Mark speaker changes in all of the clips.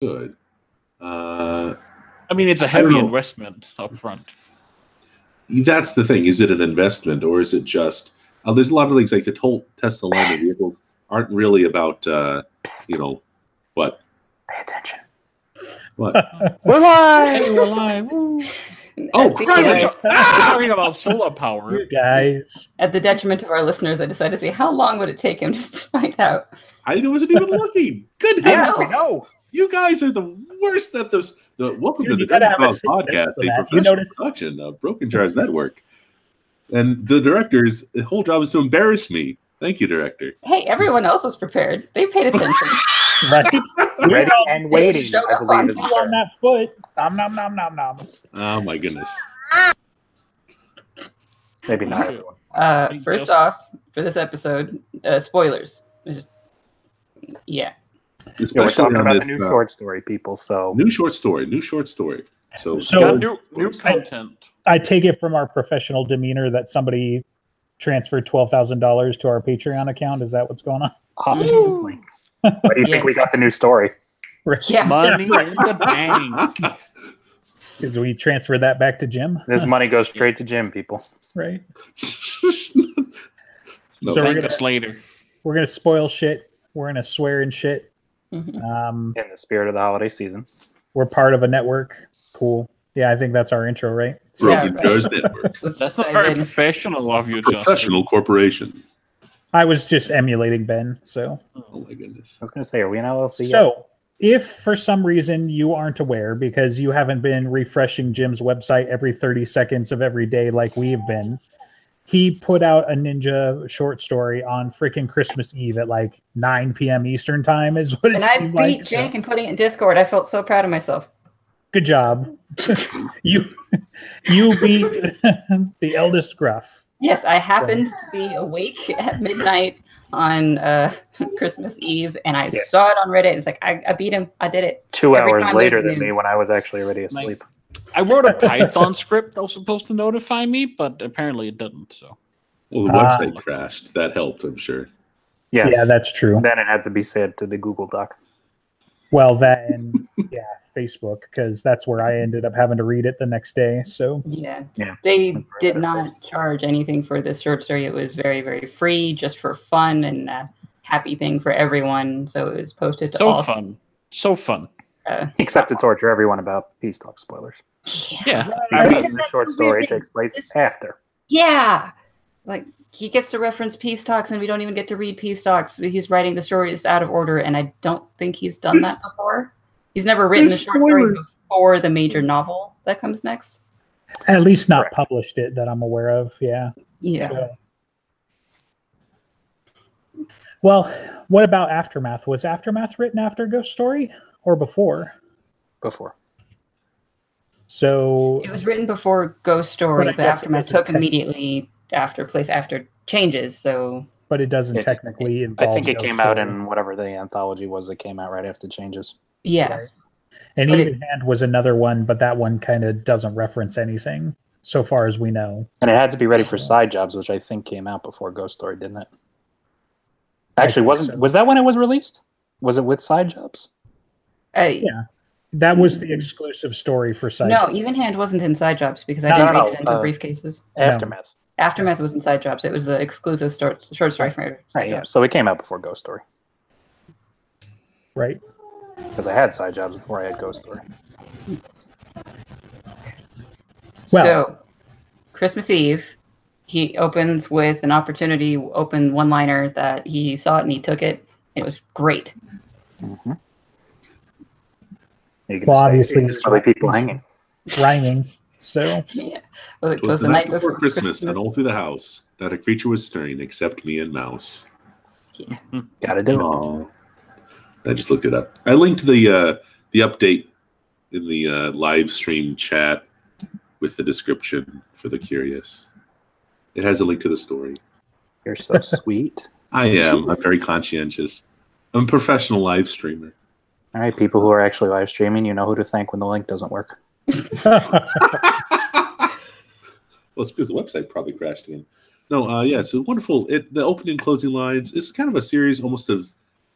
Speaker 1: good. Uh,
Speaker 2: I mean, it's a
Speaker 1: don't
Speaker 2: heavy
Speaker 1: know.
Speaker 2: investment up front.
Speaker 1: that's the thing. Is it an investment or is it just? Uh, there's a lot of things like the whole Tesla line of vehicles aren't really about uh, you know what
Speaker 3: Pay attention.
Speaker 1: what.
Speaker 2: We're live. We're live. Woo.
Speaker 1: Oh,
Speaker 3: at, the,
Speaker 1: crap.
Speaker 2: We're
Speaker 3: uh,
Speaker 2: ta- we're talking about solar power.
Speaker 4: You guys.
Speaker 3: at the detriment of our listeners, I decided to see how long would it take him just to find out.
Speaker 1: I wasn't even looking. Good
Speaker 3: I
Speaker 1: heavens!
Speaker 3: know.
Speaker 4: know.
Speaker 1: You guys are the worst at those. The welcome
Speaker 4: Dude,
Speaker 1: to the
Speaker 4: you gotta
Speaker 1: Dungeon
Speaker 4: have a
Speaker 1: Files
Speaker 4: segment
Speaker 1: podcast,
Speaker 4: for
Speaker 1: a
Speaker 4: that. You
Speaker 1: professional
Speaker 4: notice-
Speaker 1: production of Broken Jars Network, and the director's whole job is to embarrass me. Thank you, director.
Speaker 3: Hey, everyone else was prepared. They paid attention.
Speaker 4: Right.
Speaker 5: Ready
Speaker 4: Well,
Speaker 5: and waiting,
Speaker 3: showed
Speaker 5: I
Speaker 3: up on
Speaker 5: believe. Is
Speaker 4: Chew on
Speaker 5: the
Speaker 4: that foot. Nom nom nom nom nom.
Speaker 1: Oh my goodness!
Speaker 5: Maybe not.
Speaker 3: Uh,
Speaker 2: Big
Speaker 3: first
Speaker 2: deal.
Speaker 3: off, for this episode, uh, spoilers. I just- yeah.
Speaker 5: Yeah, we're
Speaker 1: Especially
Speaker 5: talking
Speaker 1: on
Speaker 5: about
Speaker 1: this
Speaker 5: the new
Speaker 1: uh,
Speaker 5: short story, people. So
Speaker 1: new short story. New short story. So,
Speaker 4: So-
Speaker 2: Got new new content.
Speaker 4: I take it from our professional demeanor that somebody transferred twelve thousand dollars to our Patreon account. Is that what's going on?
Speaker 5: obviously, why do you think we got the new story?
Speaker 3: Yeah.
Speaker 2: Money in the bank.
Speaker 4: Because we transferred that back to Jim,
Speaker 5: This money goes straight to Jim, people.
Speaker 4: right?
Speaker 1: No,
Speaker 4: So we're
Speaker 2: Thank
Speaker 4: gonna
Speaker 2: us later.
Speaker 4: we're gonna spoil shit. We're gonna swear and shit.
Speaker 3: Mhm.
Speaker 4: Um,
Speaker 5: In the spirit of the holiday season,
Speaker 4: we're part of a network. Cool. Yeah, I think that's our intro, right?
Speaker 1: Broken
Speaker 3: Yeah.
Speaker 1: Jars Network,
Speaker 3: Let's
Speaker 2: That's not
Speaker 3: dive
Speaker 2: very
Speaker 3: in.
Speaker 2: professional of you, Justin.
Speaker 1: professional corporation.
Speaker 4: I was just emulating Ben, so
Speaker 1: Oh my goodness!
Speaker 5: I was going to say, are we an LLC? yet?
Speaker 4: So, if for some reason you aren't aware because you haven't been refreshing Jim's website every 30 seconds of every day like we've been, he put out a ninja short story on freaking Christmas Eve at like 9 p.m. Eastern time, is what it
Speaker 3: And I beat
Speaker 4: seemed like. So,
Speaker 3: Jake in putting it in Discord. I felt so proud of myself.
Speaker 4: good job. you you beat the eldest gruff.
Speaker 3: Yes, I happened to be awake at midnight on uh, Christmas Eve, and I
Speaker 5: Yeah.
Speaker 3: saw it on Reddit. It's like I, I beat him. I did it.
Speaker 5: Two
Speaker 3: Every
Speaker 5: hours
Speaker 3: time
Speaker 5: later
Speaker 3: there's
Speaker 5: than me
Speaker 3: news.
Speaker 5: when I was actually already asleep.
Speaker 2: I wrote a Python script that was supposed to notify me, but apparently it didn't. So
Speaker 1: Well, the
Speaker 4: Ah.
Speaker 1: website crashed. That helped, I'm sure.
Speaker 5: Yes.
Speaker 4: Yeah, that's true.
Speaker 5: then it had to be said to the Google Doc.
Speaker 4: Well, that and yeah, Facebook, because that's where I ended up having to read it the next day. So,
Speaker 3: Yeah.
Speaker 5: Yeah.
Speaker 3: They
Speaker 5: That's right,
Speaker 3: did
Speaker 5: that's
Speaker 3: not charge anything for this short story. It was very, very free, just for fun and a happy thing for everyone. So it was posted to
Speaker 2: so
Speaker 3: all.
Speaker 2: fun, so fun.
Speaker 5: Except to torture everyone about Peace Talk spoilers.
Speaker 2: Yeah,
Speaker 3: Right.
Speaker 5: Because the short story takes place after.
Speaker 3: Yeah. Like he gets to reference peace talks, and we don't even get to read peace talks. He's writing the story just out of order, and I don't think he's done that before. He's never written the
Speaker 1: There's
Speaker 3: short story before the major novel that comes next.
Speaker 4: at least not
Speaker 5: Correct.
Speaker 4: published it that I'm aware of. Yeah.
Speaker 3: Yeah.
Speaker 4: So- Well, what about Aftermath? Was Aftermath written after Ghost Story or before?
Speaker 5: Before.
Speaker 4: So,
Speaker 3: It was written before Ghost Story,
Speaker 4: But
Speaker 3: but,
Speaker 4: I guess it
Speaker 3: Aftermath
Speaker 4: doesn't
Speaker 3: took
Speaker 4: tech-
Speaker 3: immediately after place after changes. So
Speaker 4: but it doesn't
Speaker 5: It-
Speaker 4: technically
Speaker 5: I
Speaker 4: involve.
Speaker 5: think it
Speaker 4: Ghost
Speaker 5: came out
Speaker 4: Story.
Speaker 5: in whatever the anthology was that came out right after Changes.
Speaker 3: yeah,
Speaker 4: Right. And
Speaker 3: but it-
Speaker 4: Even Hand was another one, but that one kind of doesn't reference anything, so far as we know.
Speaker 5: And it had to be ready for side jobs, which I think came out before Ghost Story, didn't it?
Speaker 4: I
Speaker 5: Actually,
Speaker 4: think
Speaker 5: wasn't
Speaker 4: so.
Speaker 5: was that when it was released? Was it with side jobs?
Speaker 3: Uh,
Speaker 4: That was the exclusive story for Side.
Speaker 3: Mm-hmm. no, even hand wasn't in side jobs because I
Speaker 5: No,
Speaker 3: didn't
Speaker 5: no,
Speaker 3: read it into
Speaker 5: no, uh,
Speaker 3: briefcases.
Speaker 4: No.
Speaker 5: Aftermath.
Speaker 3: Aftermath was in side jobs. It was the exclusive stor- short story for side
Speaker 5: Right, yeah.
Speaker 3: jobs.
Speaker 5: So it came out before Ghost Story
Speaker 4: right?
Speaker 5: because I had side jobs before I had Ghost Story.
Speaker 4: Well-
Speaker 3: so, Christmas Eve, he opens with an opportunity open one liner that he saw it and he took it. It was great.
Speaker 5: Mm-hmm. You
Speaker 4: Well, obviously,
Speaker 5: there's probably people hanging.
Speaker 4: Rhyming. So,
Speaker 3: yeah. Well, it
Speaker 1: It was the night before Christmas, and all through the house, not a creature was stirring except me and Mouse.
Speaker 5: Got to do it.
Speaker 1: Oh, I just looked it up. I linked the uh, the update in the uh, live stream chat with the description for the curious. It has a link to the story.
Speaker 5: You're so sweet.
Speaker 1: I am. I'm very conscientious. I'm a professional live streamer.
Speaker 5: All right, people who are actually live streaming, you know who to thank when the link doesn't work.
Speaker 1: Well, it's because the website probably crashed again. No, uh, yeah, so wonderful. It the opening and closing lines is kind of a series almost of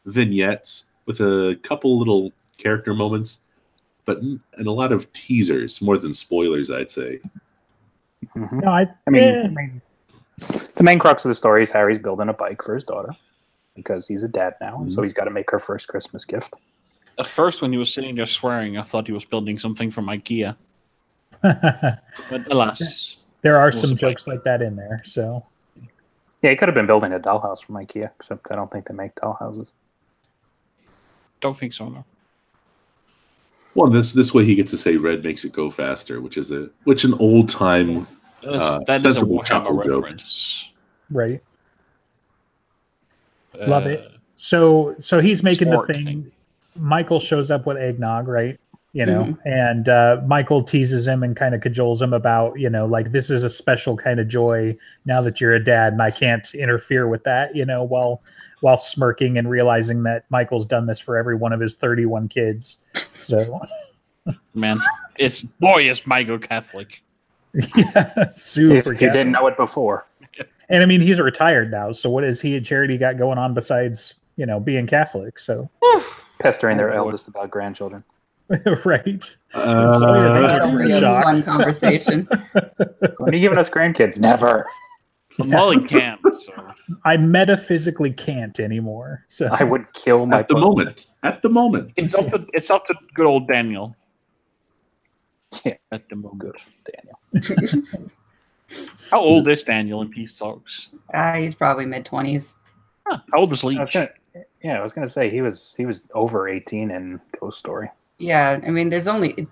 Speaker 1: vignettes with a couple little character moments, but in, in a lot of teasers more than spoilers, I'd say.
Speaker 5: hmm
Speaker 4: No, I,
Speaker 5: I mean,
Speaker 4: eh,
Speaker 5: I mean, the main crux of the story is Harry's building a bike for his daughter because he's a dad now, and
Speaker 1: Mm-hmm.
Speaker 5: so he's got to make her first Christmas gift.
Speaker 2: At first, when he was sitting there swearing, I thought he was building something from IKEA. But alas,
Speaker 4: eh. there are
Speaker 2: Well,
Speaker 4: some
Speaker 2: it's like-
Speaker 4: jokes like that in there. So
Speaker 5: Yeah, he could have been building a dollhouse from IKEA, except I don't think they make dollhouses.
Speaker 2: don't think so. No.
Speaker 1: Well, this this way he gets to say red makes it go faster, which is a which an old time
Speaker 2: That is,
Speaker 1: Uh,
Speaker 2: that is a
Speaker 1: sensible chuckle
Speaker 2: Warhammer
Speaker 1: joke.
Speaker 2: reference.
Speaker 4: right. Love
Speaker 2: Uh,
Speaker 4: it. So so he's making the
Speaker 2: Spork
Speaker 4: thing.
Speaker 2: thing.
Speaker 4: Michael shows up with eggnog, right? You know,
Speaker 5: Mm-hmm.
Speaker 4: and uh, Michael teases him and kind of cajoles him about, you know, like this is a special kind of joy now that you're a dad, and I can't interfere with that, you know, while while smirking and realizing that Michael's done this for every one of his 31 kids. So
Speaker 2: Man, it's boy is Michael Catholic.
Speaker 4: yeah,
Speaker 5: If
Speaker 4: super.
Speaker 5: you
Speaker 4: Catholic.
Speaker 5: didn't know it before,
Speaker 4: And I mean, he's retired now, so what is he and Charity got going on besides, you know, being Catholic? So
Speaker 5: pestering their
Speaker 2: Oh, Lord.
Speaker 5: eldest about grandchildren.
Speaker 4: right.
Speaker 1: uh,
Speaker 4: That would be a shock.
Speaker 3: fun conversation.
Speaker 5: So when are you giving us grandkids? Never.
Speaker 2: But Molly can't. So.
Speaker 4: I metaphysically can't anymore. So
Speaker 5: I would kill my
Speaker 1: at the moment. At the moment.
Speaker 2: It's up to it's up to good old Daniel.
Speaker 5: Yeah.
Speaker 2: At the moment.
Speaker 5: Good Daniel.
Speaker 2: How old is Daniel in Peace Talks?
Speaker 3: Uh, he's probably mid twenties.
Speaker 2: Huh, how old is
Speaker 5: I was
Speaker 2: Leech?
Speaker 5: gonna, yeah, I was gonna say he was he was over eighteen in Ghost Story.
Speaker 3: Yeah, I mean, there's only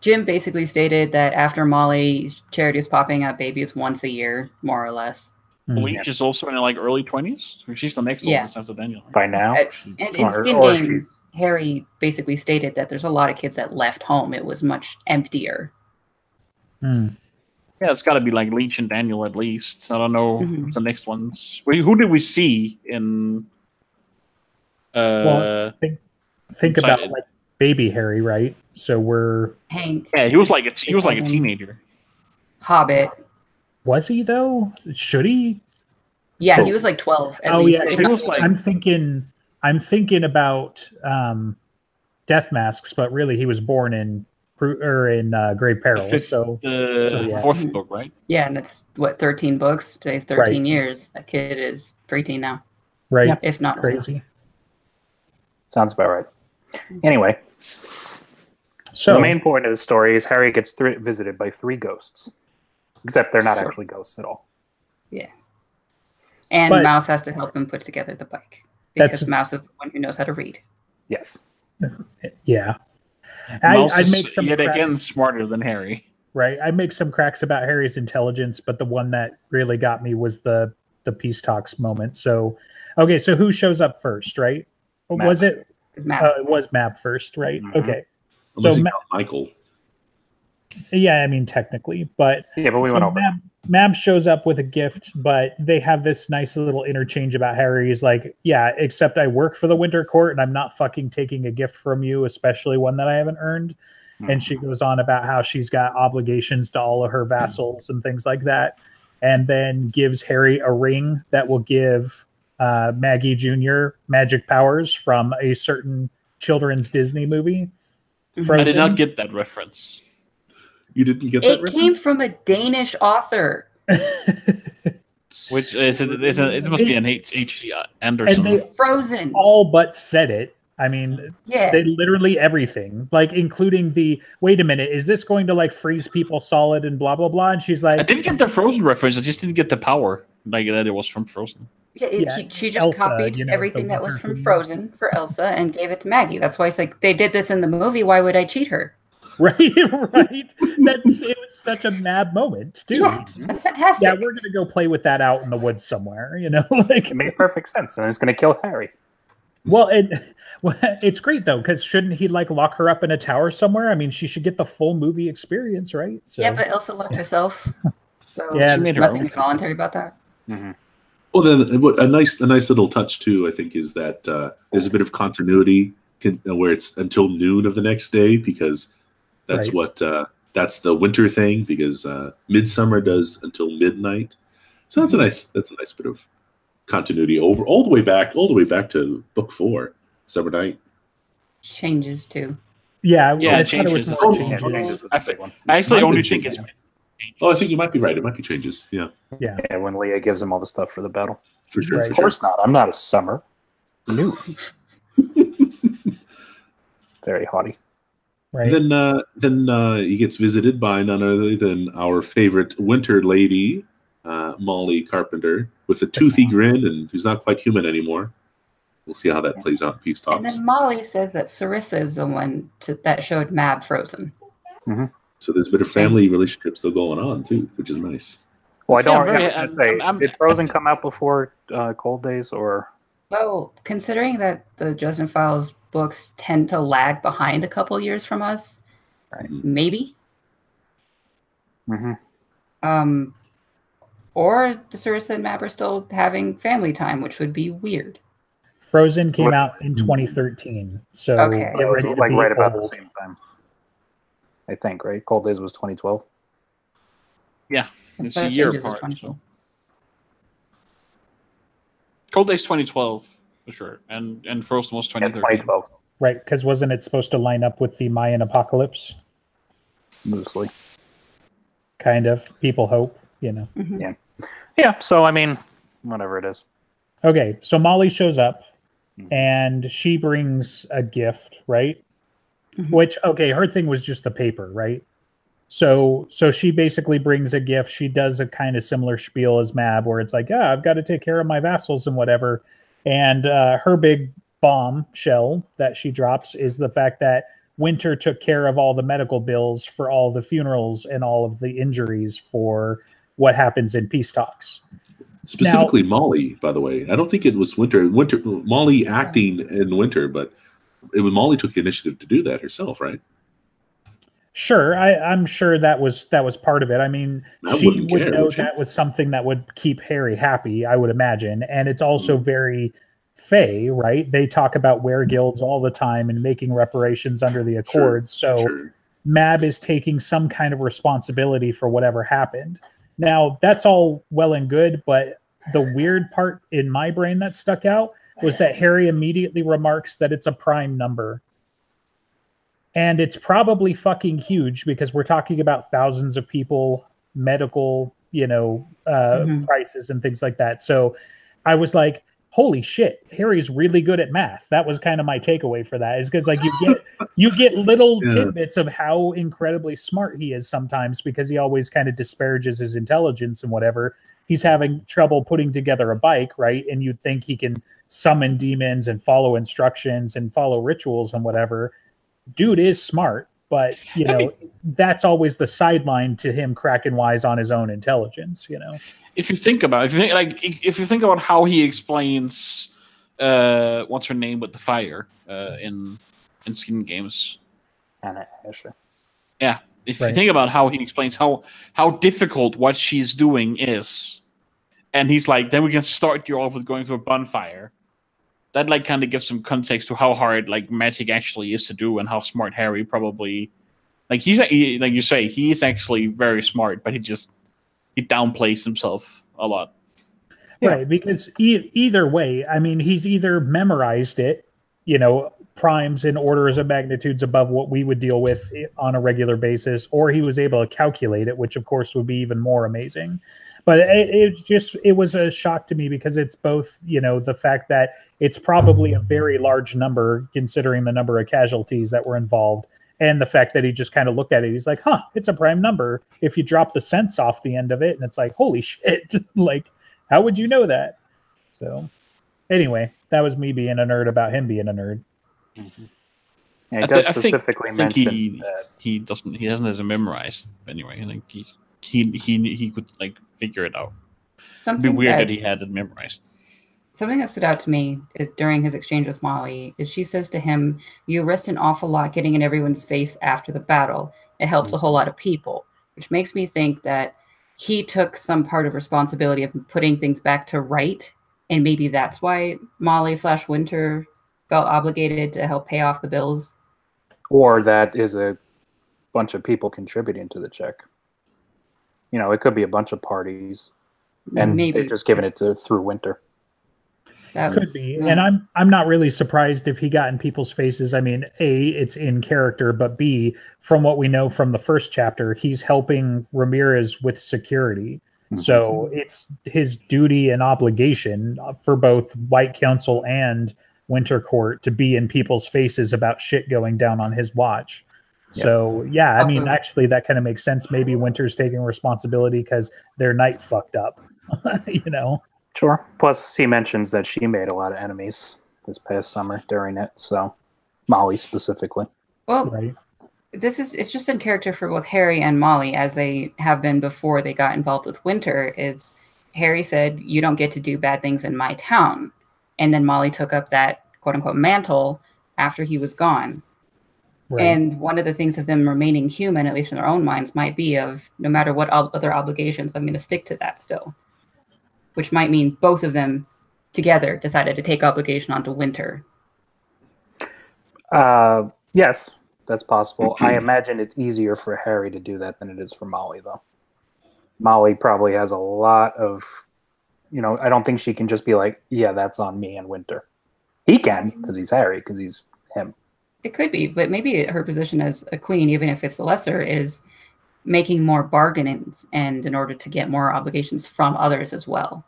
Speaker 3: Jim basically stated that after Molly, Charity is popping up babies once a year, more or less.
Speaker 4: Hmm.
Speaker 2: Leech is also in her, like early twenties. She's the next
Speaker 3: Yeah.
Speaker 2: oldest after Daniel. right?
Speaker 5: By
Speaker 4: Oh,
Speaker 5: now,
Speaker 3: Uh,
Speaker 5: she-
Speaker 3: And in
Speaker 5: or-
Speaker 3: Skin
Speaker 5: or she's-
Speaker 3: Games, Harry basically stated that there's a lot of kids that left home. It was much emptier.
Speaker 4: Hmm.
Speaker 2: Yeah, it's got to be like Leech and Daniel at least. I don't know
Speaker 3: Mhm.
Speaker 2: the next ones. Wait, who did we see in? Uh,
Speaker 4: think
Speaker 2: Excited.
Speaker 4: about like baby Harry, right? So we're
Speaker 3: Hank,
Speaker 2: yeah, he was like a, he was like a
Speaker 3: Um,
Speaker 2: teenager.
Speaker 3: Hobbit.
Speaker 4: was he though? Should he?
Speaker 3: Yeah, he
Speaker 5: Cool.
Speaker 3: was like 12 at
Speaker 4: oh
Speaker 3: least.
Speaker 4: yeah,
Speaker 2: He was
Speaker 4: I'm-
Speaker 2: like-
Speaker 4: I'm thinking I'm thinking about um death masks, but really he was born in Pru- or in uh, Great Peril.
Speaker 2: fifth-
Speaker 4: So
Speaker 2: The
Speaker 4: so, yeah.
Speaker 2: fourth book, right?
Speaker 3: yeah, and that's what 13 books. Today's 13 years. That kid is 13 now,
Speaker 4: right,
Speaker 3: if not older.
Speaker 4: crazy.
Speaker 5: sounds about right. Anyway,
Speaker 4: So
Speaker 5: the main point of the story is Harry gets thr visited by three ghosts, except they're not
Speaker 3: Sure.
Speaker 5: actually ghosts at all.
Speaker 3: And
Speaker 4: But-
Speaker 3: Mouse has to help them put together the bike because
Speaker 4: That's-
Speaker 3: Mouse is the one who knows how to read.
Speaker 5: Yes,
Speaker 4: yeah. I,
Speaker 2: Mouse
Speaker 4: I'd
Speaker 2: is
Speaker 4: make some
Speaker 2: yet again
Speaker 4: cracks-
Speaker 2: smarter than Harry.
Speaker 4: right. I make some cracks about Harry's intelligence, but the one that really got me was the the peace talks moment. So, okay, so who shows up first, right?
Speaker 5: Matt.
Speaker 4: Was it
Speaker 3: Map.
Speaker 4: Uh, it was Map first, right?
Speaker 5: Mhm.
Speaker 4: Okay.
Speaker 1: Unless
Speaker 4: So
Speaker 1: you
Speaker 4: Ma-
Speaker 1: count Michael.
Speaker 4: Yeah, I mean technically, but
Speaker 5: yeah, but we
Speaker 4: so
Speaker 5: went over.
Speaker 4: Mab, Mab shows up with a gift, but they have this nice little interchange about Harry. He's like, "Yeah, except I work for the Winter Court, and I'm not fucking taking a gift from you, especially one that I haven't earned." And she goes on about how she's got obligations to all of her vassals and things like that, and then gives Harry a ring that will give uh, Maggie Jr. magic powers from a certain children's Disney movie.
Speaker 2: I did
Speaker 4: Frozen.
Speaker 2: not get that reference.
Speaker 1: You didn't get that
Speaker 3: It
Speaker 1: reference?
Speaker 3: came from a Danish author.
Speaker 2: Which is it? Is it, it must be an H. H. uh, Anderson.
Speaker 4: and they
Speaker 3: Frozen.
Speaker 4: all but said it. I mean,
Speaker 3: yeah.
Speaker 4: Oh, they literally everything, like including the wait a minute, is this going to like freeze people solid and blah blah blah? And she's
Speaker 2: I
Speaker 4: like,
Speaker 2: did get the Frozen reference. I just didn't get the power like that. It was from Frozen.
Speaker 3: yeah, it-
Speaker 4: yeah,
Speaker 3: she, she just
Speaker 4: Elsa,
Speaker 3: copied
Speaker 4: you know,
Speaker 3: everything
Speaker 4: the
Speaker 3: that was
Speaker 4: Wonder
Speaker 3: from
Speaker 4: Woman.
Speaker 3: Frozen for Elsa and gave it to Maggie. That's why it's like, they did this in the movie. Why would I cheat her?
Speaker 4: right, right. That's it was such a mad moment too.
Speaker 3: Yeah,
Speaker 4: Yeah.
Speaker 3: that's fantastic.
Speaker 4: we're gonna go play with that out in the woods somewhere, you know. Like,
Speaker 5: It made perfect sense, and it's going to kill Harry.
Speaker 4: well, it, well, it's great though because shouldn't he like lock her up in a tower somewhere? I mean, she should get the full movie experience, right? So,
Speaker 3: Yeah, but Elsa left herself. So
Speaker 4: Yeah,
Speaker 2: She made her
Speaker 3: nothing
Speaker 2: own.
Speaker 3: involuntary about that.
Speaker 1: Well, then what- a nice, a nice little touch too. I think is that uh, there's a bit of continuity can, uh, where it's until noon of the next day because that's
Speaker 4: Right.
Speaker 1: what uh, that's the winter thing because uh, midsummer does until midnight. So
Speaker 4: Mm-hmm.
Speaker 1: that's a nice, that's a nice bit of continuity over all the way back, all the way back to book four, summer night.
Speaker 3: changes too.
Speaker 4: Yeah,
Speaker 2: Yeah,
Speaker 4: I thought it
Speaker 2: changes.
Speaker 4: was more
Speaker 1: Oh,
Speaker 5: Yeah,
Speaker 4: changes.
Speaker 5: changes was a big one.
Speaker 2: I actually
Speaker 1: Might
Speaker 2: only
Speaker 1: be
Speaker 2: think it's.
Speaker 1: changes. Oh, I think you might be right. It might be changes. Yeah,
Speaker 4: Yeah.
Speaker 5: Yeah, when Leah gives him all the stuff for the battle.
Speaker 1: for sure.
Speaker 4: Right.
Speaker 1: For
Speaker 5: Of
Speaker 1: sure.
Speaker 5: course not. I'm not a summer. New. Very haughty.
Speaker 4: Right.
Speaker 1: Then, uh, then uh, he gets visited by none other than our favorite winter lady, uh, Molly Carpenter, with a toothy grin and who's not quite human anymore. We'll see how that plays out in Peace
Speaker 3: And
Speaker 1: Talks.
Speaker 3: then Molly says that Sarissa is the one to, that showed Mab frozen.
Speaker 1: So there's a bit of family relationship still going on too, which is nice.
Speaker 5: Well, I
Speaker 2: See,
Speaker 5: don't.
Speaker 2: I'm very-
Speaker 5: yeah, I was gonna
Speaker 2: I'm-
Speaker 5: say,
Speaker 2: I'm-
Speaker 5: did Frozen come out before uh, Cold Days or?
Speaker 3: Well, considering that the Dresden Files books tend to lag behind a couple years from us,
Speaker 5: Right.
Speaker 3: maybe.
Speaker 5: mm-hmm,
Speaker 3: Um, or the Sarissa and Mab are still having family time, which would be weird.
Speaker 4: Frozen came out in 2013, so
Speaker 3: Okay.
Speaker 4: get ready to
Speaker 5: like
Speaker 4: be
Speaker 5: right about the
Speaker 4: old.
Speaker 5: same time. I think right. Cold Days was 2012.
Speaker 2: It's
Speaker 3: But
Speaker 2: a
Speaker 3: it
Speaker 2: year
Speaker 3: changes with
Speaker 2: apart.
Speaker 3: 20.
Speaker 2: So. Cold Days 2012 for sure, and and Frozen was
Speaker 5: Yeah,
Speaker 2: 2013.
Speaker 5: 2012
Speaker 4: Right, because wasn't it supposed to line up with the Mayan apocalypse?
Speaker 5: loosely.
Speaker 4: Kind of. People hope, you know.
Speaker 3: Mhm.
Speaker 5: Yeah. Yeah. So I mean, whatever it is.
Speaker 4: Okay, so Molly shows up
Speaker 5: Mhm.
Speaker 4: and she brings a gift, right?
Speaker 3: Mhm.
Speaker 4: Which okay, her thing was just the paper, right? So so she basically brings a gift. She does a kind of similar spiel as Mab where it's like, "Yeah, I've got to take care of my vassals and whatever." And uh, her big bombshell that she drops is the fact that Winter took care of all the medical bills for all the funerals and all of the injuries for what happens in peace talks.
Speaker 1: Specifically, Molly. By the way, I don't think it was Winter. Winter Molly acting in Winter, but it was Molly took the initiative to do that herself, right?
Speaker 4: Sure, I, I'm sure that was that was part of it. I mean,
Speaker 1: I
Speaker 4: she
Speaker 1: wouldn't
Speaker 4: would
Speaker 1: care,
Speaker 4: know
Speaker 1: would she?
Speaker 4: that was something that would keep Harry happy, I would imagine. And it's
Speaker 1: Mm-hmm.
Speaker 4: also very Fey, right? They talk about wear guilds all the time and making reparations under the
Speaker 1: Sure,
Speaker 4: Accords.
Speaker 3: Oh.
Speaker 4: so
Speaker 1: Sure.
Speaker 4: Mab is taking some kind of responsibility for whatever happened. Now, that's all well and good, but the weird part in my brain that stuck out was that Harry immediately remarks that it's a prime number. And it's probably fucking huge because we're talking about thousands of people, medical, you know, uh,
Speaker 3: Mhm.
Speaker 4: prices and things like that. So I was like, holy shit, Harry's really good at math. That was kind of my takeaway for that is because, like, you get you get little
Speaker 1: Yeah.
Speaker 4: tidbits of how incredibly smart he is sometimes because he always kind of disparages his intelligence and whatever. He's having trouble putting together a bike, right? And you'd think he can summon demons and follow instructions and follow rituals and whatever. Dude is smart, but you
Speaker 2: I
Speaker 4: know, that's always the sideline to him cracking wise on his own intelligence, you know.
Speaker 2: if you think about if you think like i- if you think about how he explains uh what's her name with the fire uh in in skin games
Speaker 5: Anna Asher.
Speaker 2: if
Speaker 4: Right.
Speaker 2: you think about how he explains how how difficult what she's doing is and he's like then we can start you off with going through a bonfire that like kind of gives some context to how hard like magic actually is to do and how smart harry probably like he's he, like you say he is actually very smart but he just he downplays himself a lot
Speaker 5: Yeah.
Speaker 4: Right, because e- either way, I mean, he's either memorized it, you know, primes and orders of magnitudes above what we would deal with i- on a regular basis, or he was able to calculate it, which of course would be even more amazing. But it, it just it was a shock to me because it's both, you know, the fact that it's probably a very large number considering the number of casualties that were involved. And the fact that he just kind of looked at it, he's like, huh, it's a prime number. If you drop the cents off the end of it, and it's like, holy shit, like how would you know that? So, anyway, that was me being a nerd about him being a nerd.
Speaker 5: Mm-hmm. Yeah,
Speaker 2: I
Speaker 5: it does
Speaker 2: thi- I think-
Speaker 5: specifically
Speaker 2: I think
Speaker 5: mention
Speaker 2: he
Speaker 5: that.
Speaker 2: he doesn't he doesn't as a memorized anyway. I think he's he he he could like figure it out. It'd be
Speaker 3: Something
Speaker 2: weird
Speaker 3: that-
Speaker 2: that he had it memorized.
Speaker 3: Something that stood out to me is during his exchange with Molly is she says to him, You risked an awful lot getting in everyone's face after the battle. It helps a whole lot of people, which makes me think that he took some part of responsibility of putting things back to right. And maybe that's why Molly slash Winter felt obligated to help pay off the bills.
Speaker 5: or that is a bunch of people contributing to the check. You know, it could be a bunch of parties, and
Speaker 3: maybe.
Speaker 5: they're just giving it to through winter.
Speaker 3: That
Speaker 4: Could be,
Speaker 3: Yeah.
Speaker 4: and I'm I'm not really surprised if he got in people's faces. I mean, a it's in character, but b from what we know from the first chapter, he's helping Ramirez with security. So it's his duty and obligation uh, for both White Council and Winter Court to be in people's faces about shit going down on his watch. So yeah, I mean,
Speaker 3: Awesome.
Speaker 4: actually, that kind of makes sense. Maybe Winter's taking responsibility because their night fucked up. you know.
Speaker 5: Sure. Plus, he mentions that she made a lot of enemies this past summer during it. So, Molly specifically.
Speaker 3: well,
Speaker 4: Right.
Speaker 3: this is it's just in character for both Harry and Molly as they have been before they got involved with Winter is Harry said you don't get to do bad things in my town and then Molly took up that quote unquote mantle after he was gone
Speaker 4: Right.
Speaker 3: and one of the things of them remaining human at least in their own minds might be of no matter what ob- other obligations I'm going to stick to that still which might mean both of them together decided to take obligation onto Winter
Speaker 5: Uh, yes, that's possible. I imagine it's easier for Harry to do that than it is for Molly, though. Molly probably has a lot of, you know, I don't think she can just be like, yeah, that's on me and Winter. He can because he's Harry, because he's him.
Speaker 3: It could be, but maybe her position as a queen, even if it's the lesser, is making more bargainings and in order to get more obligations from others as well.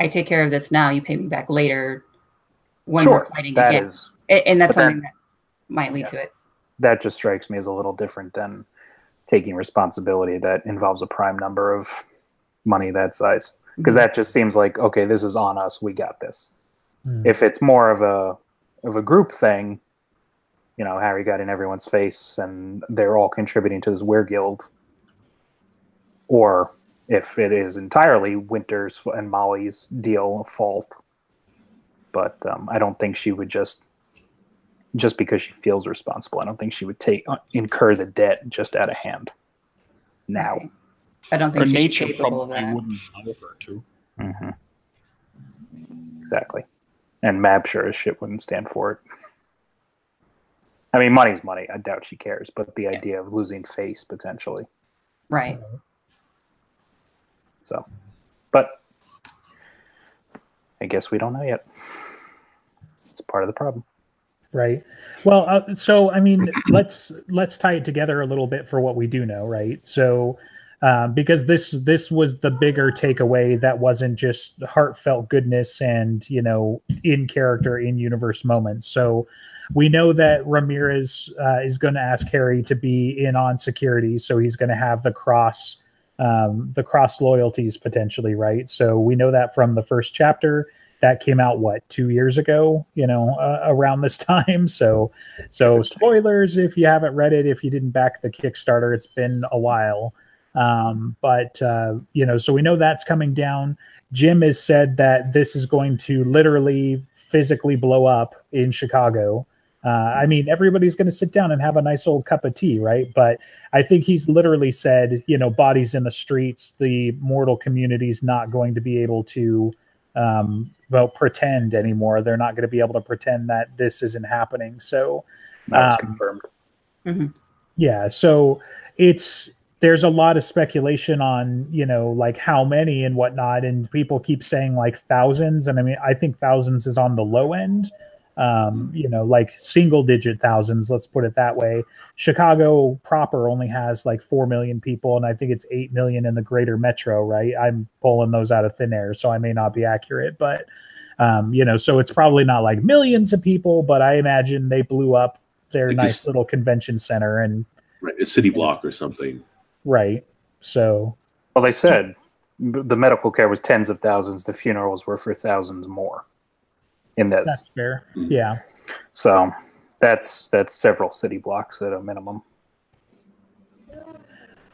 Speaker 3: I take care of this now, you pay me back later when
Speaker 5: sure,
Speaker 3: we're fighting
Speaker 5: that
Speaker 3: again.
Speaker 5: is-
Speaker 3: A- and that's
Speaker 5: but that-
Speaker 3: something that might lead
Speaker 5: Yeah.
Speaker 3: to it.
Speaker 5: that just strikes me as a little different than taking responsibility that involves a prime number of money that size because that just seems like okay this is on us we got this
Speaker 4: Hmm.
Speaker 5: if it's more of a of a group thing you know harry got in everyone's face and they're all contributing to this weir guild or if it is entirely winter's and molly's deal fault but um, i don't think she would just just because she feels responsible i don't think she would take uh, incur the debt just out of hand now
Speaker 3: Right. I don't
Speaker 2: Her
Speaker 3: think she's
Speaker 2: nature
Speaker 3: capable of
Speaker 2: probably
Speaker 3: that.
Speaker 2: wouldn't allow her to.
Speaker 5: Mm-hmm. Exactly. And Mab sure as shit wouldn't stand for it. I mean, money's money. I doubt she cares, but the idea of losing face potentially.
Speaker 3: Right.
Speaker 5: So, but I guess we don't know yet. It's part of the problem.
Speaker 4: right well uh, so i mean let's let's tie it together a little bit for what we do know right so um, because this this was the bigger takeaway that wasn't just heartfelt goodness and you know in character in universe moments so we know that ramirez uh, is going to ask harry to be in on security so he's going to have the cross um, the cross loyalties potentially right so we know that from the first chapter that came out what two years ago you know uh, around this time so so spoilers if you haven't read it if you didn't back the kickstarter it's been a while um but uh you know so we know that's coming down jim has said that this is going to literally physically blow up in chicago uh, I mean, everybody's going to sit down and have a nice old cup of tea, right? But I think he's literally said, you know, bodies in the streets, the mortal community's not going to be able to um, well pretend anymore. They're not going to be able to pretend that this isn't happening. So
Speaker 5: Now it's
Speaker 4: Um,
Speaker 5: confirmed.
Speaker 4: yeah, so it's there's a lot of speculation on you know like how many and whatnot, and people keep saying like thousands, and I mean I think thousands is on the low end. Um, you know, like single digit thousands, let's put it that way. Chicago proper only has like 4 million people, and I think it's 8 million in the greater metro, right? I'm pulling those out of thin air, so I may not be accurate, but um, you know, so it's probably not like millions of people, but I imagine they blew up their
Speaker 1: Because-
Speaker 4: nice little convention center and
Speaker 1: Right, a city block or something.
Speaker 4: right. So,
Speaker 5: Well, they said b- the medical care was tens of thousands. The funerals were for thousands more in this.
Speaker 4: that's fair.
Speaker 1: Mm.
Speaker 4: Yeah.
Speaker 5: so that's that's several city blocks at a minimum.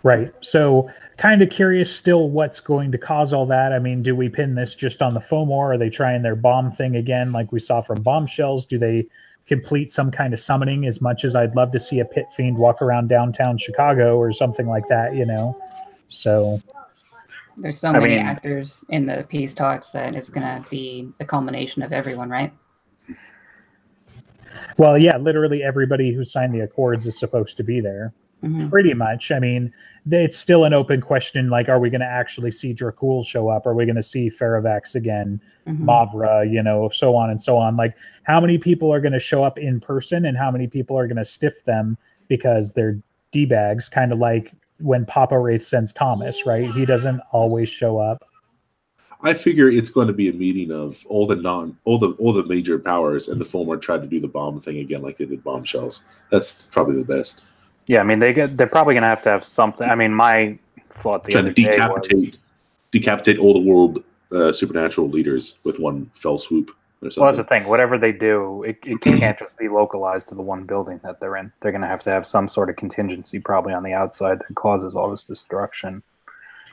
Speaker 4: Right. So, kind of curious still what's going to cause all that. I mean, do we pin this just on the FOMO? Are they trying their bomb thing again, like we saw from bombshells? Do they complete some kind of summoning as much as I'd love to see a pit fiend walk around downtown Chicago or something like that, you know? So,
Speaker 3: There's so
Speaker 5: I
Speaker 3: many
Speaker 5: mean-
Speaker 3: actors in the piece talks that it's going to be the culmination of everyone, right?
Speaker 4: well, yeah, literally everybody who signed the accords is supposed to be there.
Speaker 3: Mhm.
Speaker 4: pretty much. I mean, th- it's still an open question. Like, are we going to actually see Dracul show up? Are we going to see Faravax again?
Speaker 3: Mhm.
Speaker 4: Mavra, you know, so on and so on. Like, how many people are going to show up in person and how many people are going to stiff them because they're D bags, kind of like when Papa Wraith sends Thomas, right? He doesn't always show up.
Speaker 1: I figure it's going to be a meeting of all the non, all the all the major powers, and the former tried to do the bomb thing again, like they did bombshells. That's probably the best.
Speaker 5: Yeah, I mean they get, they're probably gonna have to have something. I mean, my thought the
Speaker 1: trying
Speaker 5: other
Speaker 1: to
Speaker 5: day
Speaker 1: decapitate,
Speaker 5: was
Speaker 1: decapitate all the world uh, supernatural leaders with one fell swoop. Or something.
Speaker 5: well, that's the thing. Whatever they do, it, it can't just be localized to the one building that they're in. They're gonna have to have some sort of contingency probably on the outside that causes all this destruction.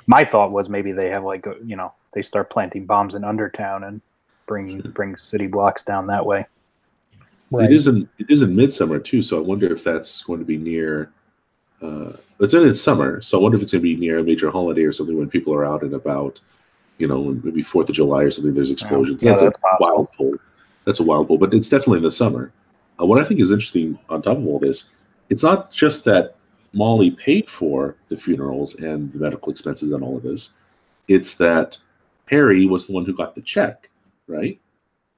Speaker 5: My thought was maybe they have like a, you know they start planting bombs in Undertown and bring bring city blocks down that way.
Speaker 4: Right.
Speaker 1: It isn't. It is in midsummer too, so I wonder if that's going to be near. Uh, it's in its summer, so I wonder if it's going to be near a major holiday or something when people are out and about. You know, and maybe Fourth of July or something. There's explosions.
Speaker 5: yeah,
Speaker 1: that's,
Speaker 5: that's
Speaker 1: a
Speaker 5: possible.
Speaker 1: wild pull. That's a wild pull, but it's definitely in the summer. Uh, what I think is interesting, on top of all this, it's not just that Molly paid for the funerals and the medical expenses and all of this. It's that Harry was the one who got the check, right?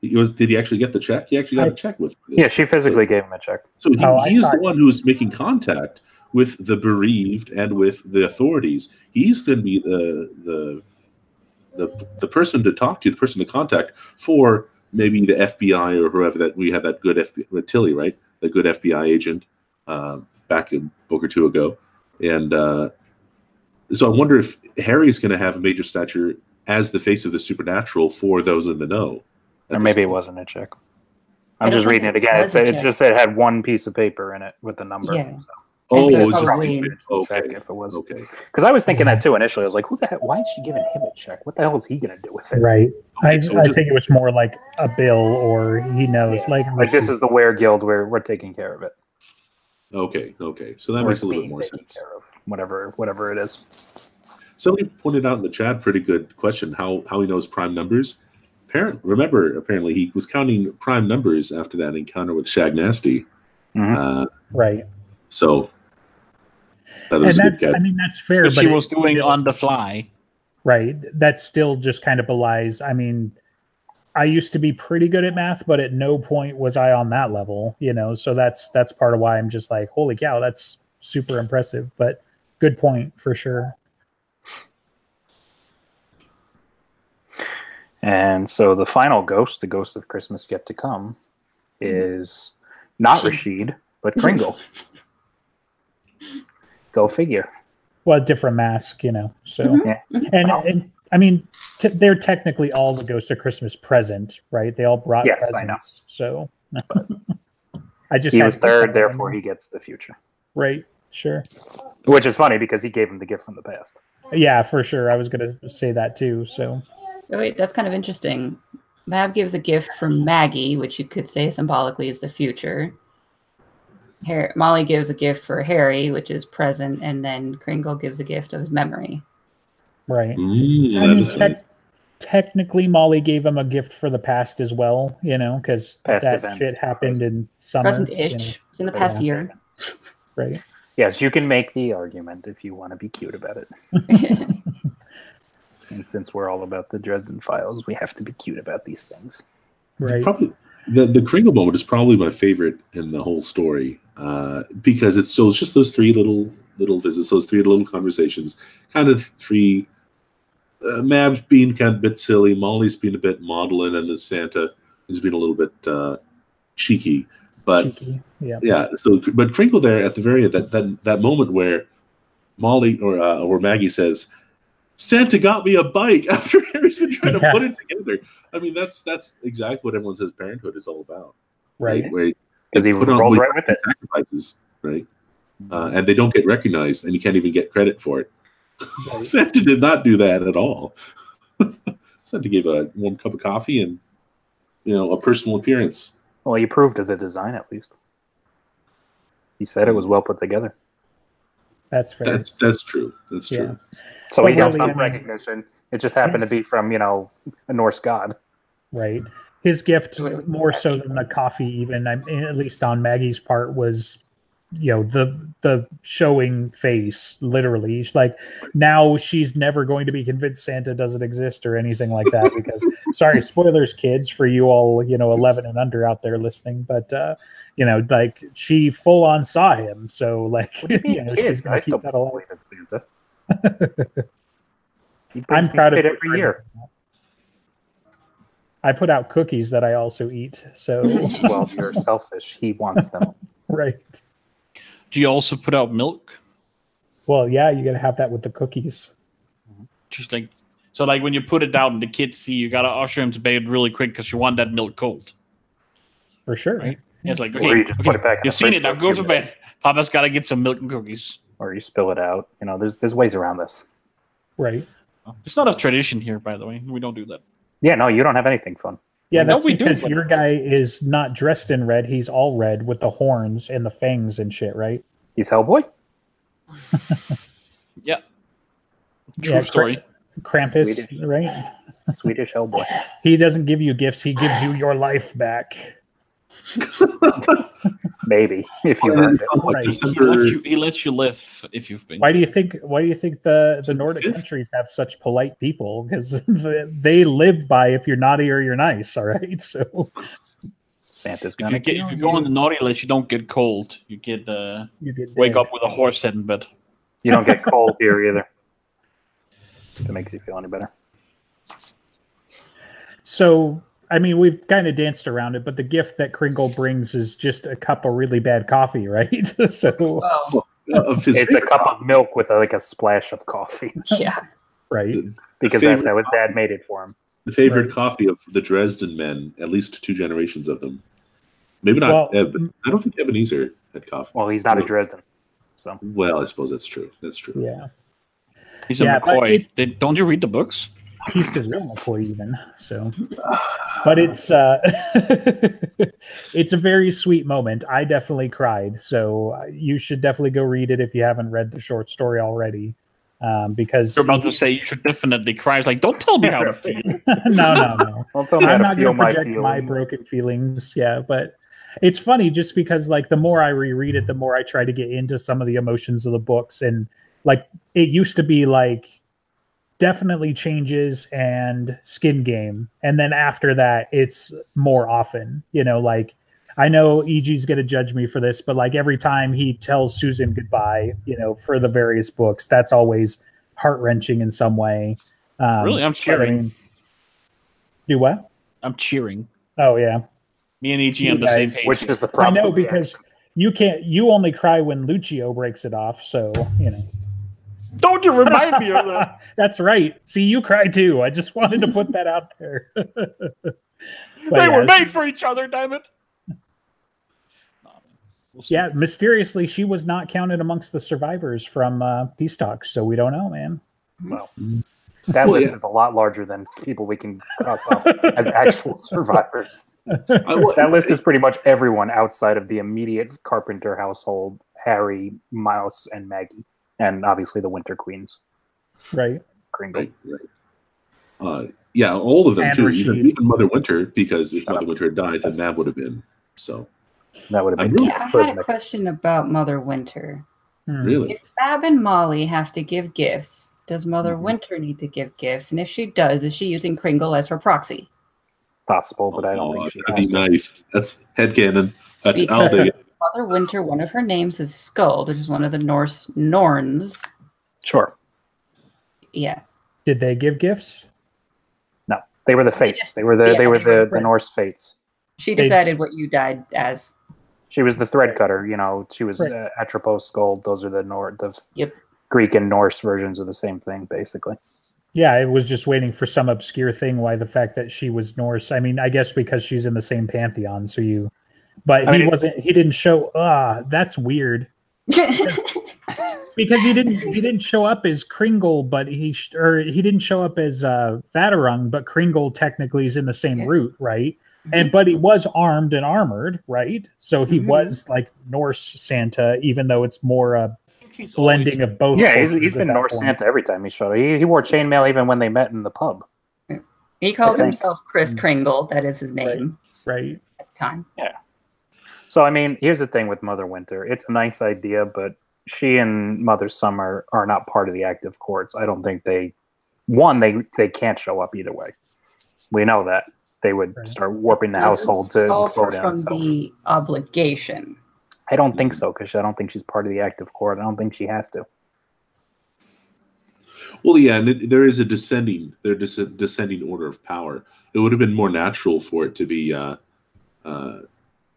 Speaker 1: He was. Did he actually get the check? He actually got a
Speaker 4: I-
Speaker 1: check with. This.
Speaker 5: Yeah, she physically gave him a check.
Speaker 1: So he,
Speaker 4: Oh, I
Speaker 1: he is the
Speaker 4: thought-
Speaker 1: one who's making contact with the bereaved and with the authorities. He's going to be the, the the the person to talk to, the person to contact for maybe the FBI or whoever that we had that good FBI with Tilly, right? The good FBI agent uh, back a book or two ago, and uh, so I wonder if Harry's going to have a major stature as the face of the supernatural for those in the know.
Speaker 5: Or maybe it wasn't a check.
Speaker 3: I
Speaker 5: I'm
Speaker 3: don't
Speaker 5: just
Speaker 3: think
Speaker 5: reading
Speaker 3: it
Speaker 5: it again. It,
Speaker 3: was a
Speaker 5: said, it
Speaker 3: check.
Speaker 5: just said it had one piece of paper in it with the number.
Speaker 3: Yeah.
Speaker 5: So
Speaker 1: Oh,
Speaker 3: so
Speaker 1: it's just-
Speaker 3: probably-
Speaker 5: check
Speaker 1: okay,
Speaker 5: if it was
Speaker 1: okay.
Speaker 5: because I was thinking that too initially. I was like, "Who the hell? Why is she giving him a check? What the hell is he going to do with it?"
Speaker 4: Right. I,
Speaker 1: Okay, so
Speaker 4: I
Speaker 1: just-
Speaker 4: think it was more like a bill or he knows.
Speaker 5: Yeah.
Speaker 4: Like,
Speaker 5: Like this is the Ware Guild where we're taking care of it.
Speaker 1: Okay, okay. So that
Speaker 5: Or
Speaker 1: makes
Speaker 5: it's
Speaker 1: a little bit
Speaker 5: being
Speaker 1: more
Speaker 5: taken
Speaker 1: sense.
Speaker 5: care of, whatever, whatever it is.
Speaker 1: Somebody pointed out in the chat, pretty good question, how how he knows prime numbers. Apparent, remember, apparently he was counting prime numbers after that encounter with Shag Nasty.
Speaker 4: Mm-hmm.
Speaker 5: Mhm.
Speaker 1: Uh,
Speaker 4: right.
Speaker 1: so that
Speaker 4: And
Speaker 1: was a
Speaker 4: that,
Speaker 1: good catch.
Speaker 4: I mean, that's fair.
Speaker 2: Which
Speaker 4: but
Speaker 2: he
Speaker 4: it-
Speaker 2: was doing on the fly.
Speaker 4: right that still just kind of belies i mean i used to be pretty good at math but at no point was i on that level you know so that's that's part of why i'm just like holy cow that's super impressive but good point for sure
Speaker 5: And so the final ghost, the ghost of Christmas yet to come, is not Rashid but Kringle. Go figure.
Speaker 4: well different mask you know so
Speaker 3: Mhm.
Speaker 5: Yeah.
Speaker 4: and, and i mean t- they're technically all the ghost of christmas present right they all brought
Speaker 5: Yes, I know.
Speaker 4: presents so i just
Speaker 5: He
Speaker 4: had
Speaker 5: was
Speaker 4: to put
Speaker 5: third,
Speaker 4: that in.
Speaker 5: therefore he gets the future.
Speaker 4: right sure
Speaker 5: Which is funny because he gave him the gift from the past.
Speaker 4: yeah for sure i was gonna say that too so
Speaker 3: Oh, wait, that's kind of interesting. Mav gives a gift from Maggie, which you could say symbolically is the future. Har- Molly gives a gift for Harry, which is present, and then Kringle gives a gift of his memory.
Speaker 4: right
Speaker 1: Mm,
Speaker 4: I
Speaker 1: that
Speaker 4: mean,
Speaker 1: is-
Speaker 4: tec- technically, Molly gave him a gift for the past as well, you know, because that
Speaker 5: Past events.
Speaker 4: shit happened in summer.
Speaker 3: Present ish
Speaker 4: you know,
Speaker 3: in the past
Speaker 4: present.
Speaker 3: year.
Speaker 4: right?
Speaker 5: Yes, you can make the argument if you want to be cute about it. And since we're all about the Dresden Files, we have to be cute about these things.
Speaker 4: Right.
Speaker 1: Probably the the Kringle moment is probably my favorite in the whole story uh, because it's so it's just those three little little visits, those three little conversations, kind of three. Uh, Mab's being kind of a bit silly, Molly's being a bit maudlin, and the Santa is being a little bit uh, cheeky. But
Speaker 4: Cheeky. Yeah.
Speaker 1: yeah, so but Kringle there at the very end, that that, that moment where Molly or uh, or Maggie says. Santa got me a bike after Harry's been trying to
Speaker 4: Yeah.
Speaker 1: put it together. I mean, that's that's exactly what everyone says parenthood is all about
Speaker 4: Right.
Speaker 1: where
Speaker 5: Because he
Speaker 1: Put on
Speaker 5: rolls
Speaker 1: blue-
Speaker 5: right with it.
Speaker 1: sacrifices, right? Uh, and they don't get recognized, and you can't even get credit for it. Santa did not do that at all. Santa gave a warm cup of coffee and you know a personal appearance.
Speaker 5: Well, you approved of the design at least. He said it was well put together.
Speaker 4: That's fair.
Speaker 1: That's that's true. That's
Speaker 4: yeah.
Speaker 1: true.
Speaker 5: So
Speaker 4: Well,
Speaker 5: he got
Speaker 4: really, I
Speaker 5: some
Speaker 4: mean-
Speaker 5: recognition. It just happened to be from, you know, a Norse god.
Speaker 4: Right. His gift,
Speaker 3: What do we-
Speaker 4: more so than the coffee, even I- at least on Maggie's part, was you know the the showing face literally she's like now she's never going to be convinced santa doesn't exist or anything like that because sorry spoilers kids for you all you know 11 and under out there listening but uh you know like she full on saw him so like
Speaker 5: What do you
Speaker 4: you know,
Speaker 5: mean,
Speaker 4: she's
Speaker 5: kids?
Speaker 4: gonna
Speaker 5: I still
Speaker 4: keep that alive
Speaker 5: believe in Santa. He brings
Speaker 4: i'm
Speaker 5: me
Speaker 4: proud of
Speaker 5: shit
Speaker 4: you for
Speaker 5: every year.
Speaker 4: admitting that. i put out cookies that i also eat so
Speaker 5: well, you're selfish. He wants them.
Speaker 4: right
Speaker 2: Do you also put out milk?
Speaker 4: well yeah you gotta have that with the cookies
Speaker 2: Just like so, like when you put it down, the kids see you gotta usher him to bed really quick because you want that milk cold.
Speaker 4: for sure
Speaker 2: Right. And it's like okay,
Speaker 5: Or you just
Speaker 2: okay,
Speaker 5: put it back in
Speaker 2: you've
Speaker 5: the
Speaker 2: seen
Speaker 5: fridge
Speaker 2: it. Now
Speaker 5: for a
Speaker 2: go to
Speaker 5: few
Speaker 2: bed. Papa's gotta get some milk and cookies.
Speaker 5: or you spill it out. You know, there's there's ways around this.
Speaker 4: right
Speaker 2: It's not a tradition here, by the way. We don't do that.
Speaker 5: Yeah, no, you don't have anything fun.
Speaker 4: Yeah,
Speaker 2: No,
Speaker 4: that's
Speaker 2: we do,
Speaker 4: because
Speaker 2: but-
Speaker 4: your guy is not dressed in red. He's all red with the horns and the fangs and shit, right?
Speaker 5: He's Hellboy.
Speaker 2: True
Speaker 4: Yeah,
Speaker 2: story.
Speaker 4: Krampus,
Speaker 5: Swedish.
Speaker 4: right?
Speaker 5: Swedish Hellboy.
Speaker 4: He doesn't give you gifts. He gives you your life back.
Speaker 5: Maybe if you
Speaker 1: On
Speaker 5: earned it.
Speaker 1: like
Speaker 4: Right.
Speaker 2: He lets,
Speaker 1: December
Speaker 2: you, he lets you live if you've been.
Speaker 4: Why do you think? Why do you think the the Nordic
Speaker 1: Fifth?
Speaker 4: countries have such polite people? Because they live by if you're naughty or you're nice. All right, so
Speaker 5: Santa's
Speaker 2: If
Speaker 5: gonna.
Speaker 2: you, get, if you go on the naughty list, you don't get cold. You get uh,
Speaker 4: you get
Speaker 2: wake
Speaker 4: dead.
Speaker 2: up with a horse head in bed.
Speaker 5: You don't get cold here either. If it makes you feel any better.
Speaker 4: So I mean, we've kind of danced around it, but the gift that Kringle brings is just a cup of really bad coffee, right? so
Speaker 3: Well,
Speaker 1: of his
Speaker 5: It's a cup of milk with like a splash of coffee
Speaker 3: yeah.
Speaker 4: right.
Speaker 5: because that's how his dad made it for him.
Speaker 1: the favorite
Speaker 4: Right.
Speaker 1: coffee of the Dresden men, at least two generations of them. Maybe not
Speaker 4: Well,
Speaker 1: Eb. I don't think Ebenezer had coffee.
Speaker 5: Well, he's not a Dresden, so
Speaker 1: Well, I suppose that's true. That's true.
Speaker 4: Yeah.
Speaker 2: He's a
Speaker 4: Yeah, but
Speaker 2: McCoy.
Speaker 4: it-
Speaker 2: They, don't you read the books?
Speaker 4: he's the real McCoy even. So, but it's uh, it's a very sweet moment. I definitely cried. So uh, you should definitely go read it if you haven't read the short story already, um, because
Speaker 2: You're about to say you should definitely cry. It's like, don't tell me how to feel.
Speaker 4: no, no, no.
Speaker 5: don't tell me how
Speaker 4: I'm
Speaker 5: to
Speaker 4: not
Speaker 5: feel
Speaker 4: going to
Speaker 5: my
Speaker 4: project
Speaker 5: feelings.
Speaker 4: my broken feelings. Yeah, but it's funny just because like the more I reread it, the more I try to get into some of the emotions of the books, and like it used to be like definitely changes and skin game, and then after that, it's more often. You know, like I know EG's going to judge me for this, but like every time he tells Susan goodbye, you know, for the various books, that's always heart wrenching in some way. Um,
Speaker 2: Really? I'm
Speaker 4: but I
Speaker 2: cheering.
Speaker 4: mean- do what?
Speaker 2: I'm cheering.
Speaker 4: Oh yeah,
Speaker 2: Me and EG on
Speaker 4: You
Speaker 2: the same
Speaker 4: guys-
Speaker 2: page.
Speaker 5: which is the
Speaker 4: I
Speaker 5: problem.
Speaker 4: know because you can't. You only cry when Lucio breaks it off. So you know.
Speaker 2: Don't you remind me of that?
Speaker 4: That's right. See, you cry too. I just wanted to put that out there. But
Speaker 2: they
Speaker 4: yeah,
Speaker 2: were
Speaker 4: it's-
Speaker 2: made for each other, damn it. We'll see.
Speaker 4: Yeah, mysteriously, she was not counted amongst the survivors from uh, Peace Talks, so we don't know, man.
Speaker 5: that
Speaker 1: Well,
Speaker 5: list
Speaker 1: yeah.
Speaker 5: is a lot larger than people we can cross off as actual survivors.
Speaker 1: I wa-
Speaker 5: That list is pretty much everyone outside of the immediate Carpenter household: Harry, Mouse, and Maggie, and obviously the Winter Queens.
Speaker 4: Right?
Speaker 5: Kringle.
Speaker 1: right, right. Uh, yeah, all of them
Speaker 4: And
Speaker 1: too. Even,
Speaker 4: Rashid.
Speaker 1: even Mother Winter, because if
Speaker 5: Shut
Speaker 1: Mother
Speaker 5: up.
Speaker 1: Winter had died, then that would have been so.
Speaker 5: That would have
Speaker 1: I'm
Speaker 5: been
Speaker 1: really-
Speaker 3: Yeah, I had a
Speaker 5: Prismic.
Speaker 3: question about Mother Winter.
Speaker 4: Hmm.
Speaker 1: Really,
Speaker 3: If Fab and Molly have to give gifts, does Mother
Speaker 5: Mhm.
Speaker 3: Winter need to give gifts? And if she does, is she using Kringle as her proxy?
Speaker 5: possible, but I don't
Speaker 1: Oh,
Speaker 5: think she
Speaker 1: that'd
Speaker 5: has
Speaker 1: be
Speaker 5: to.
Speaker 1: nice. That's headcanon. That- I'll
Speaker 3: Because-
Speaker 1: dig it.
Speaker 3: Mother Winter, one of her names is Skuld, which is one of the Norse Norns.
Speaker 5: Sure.
Speaker 3: Yeah.
Speaker 4: Did they give gifts?
Speaker 5: They were the fates. They were the
Speaker 3: Yeah,
Speaker 5: they were
Speaker 3: they were
Speaker 5: the, the
Speaker 3: friends.
Speaker 5: Norse fates.
Speaker 3: She
Speaker 4: They-
Speaker 3: decided what you died as.
Speaker 5: She was the thread cutter, you know. She was
Speaker 4: Right.
Speaker 5: uh, Atropos Gold. Those are the Nor the
Speaker 3: Yep.
Speaker 5: Greek and Norse versions of the same thing, basically.
Speaker 4: Yeah, I was just waiting for some obscure thing why the fact that she was Norse. I mean, I guess because she's in the same pantheon, so you. But
Speaker 5: I
Speaker 4: he
Speaker 5: mean, it's-
Speaker 4: wasn't. He didn't show. Ah, that's weird. because he didn't he didn't show up as Kringle, but he sh- or he didn't show up as uh, Vaterung, but Kringle technically is in the same
Speaker 3: Yeah. Mm-hmm.
Speaker 4: route, right? And but he was armed and armored, right? So he
Speaker 3: Mhm.
Speaker 4: was like Norse Santa, even though it's more a blending of both.
Speaker 5: Yeah, he's,
Speaker 4: cultures
Speaker 5: he's
Speaker 4: at
Speaker 5: been
Speaker 4: that
Speaker 5: North
Speaker 4: point.
Speaker 5: Santa every time he showed up. He, he wore chainmail even when they met in the pub.
Speaker 3: he called
Speaker 5: Okay.
Speaker 3: himself Chris
Speaker 4: Mm.
Speaker 3: Kringle. That is his name
Speaker 4: right?
Speaker 3: at the time.
Speaker 5: So So I mean, here's the thing with Mother Winter. It's a nice idea, but she and Mother Summer are not part of the active courts. I don't think they one, they they can't show up either way. We know that. They would
Speaker 4: Right.
Speaker 5: start warping the
Speaker 3: Does it
Speaker 5: household to
Speaker 3: solve
Speaker 5: throw
Speaker 3: her
Speaker 5: down
Speaker 3: from
Speaker 5: itself.
Speaker 3: the obligation.
Speaker 5: I don't think so because I don't think she's part of the active court. I don't think she has to.
Speaker 1: Well, yeah, and it, there is a descending, there is a descending order of power. It would have been more natural for it to be, uh, uh,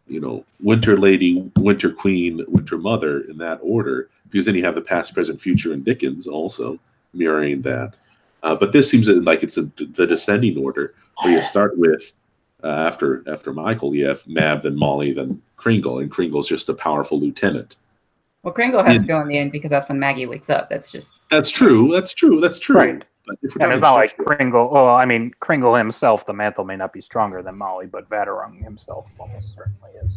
Speaker 1: you know, Winter Lady, Winter Queen, Winter Mother in that order, because then you have the past, present, future, and Dickens also mirroring that. Uh, but this seems like it's a, the descending order, where you start with uh, after after Michael, you have Mab, then Molly, then Kringle, and Kringle's just a powerful lieutenant.
Speaker 3: Well, Kringle has
Speaker 1: Yeah.
Speaker 3: to go in the end because that's when Maggie wakes up. That's just
Speaker 1: That's true. That's true. That's true.
Speaker 5: Right.
Speaker 1: But if we're
Speaker 5: And it's
Speaker 1: talking
Speaker 5: not like
Speaker 1: structure-
Speaker 5: Kringle. Well, I mean, Kringle himself, the mantle may not be stronger than Molly, but Vaterung himself almost certainly is.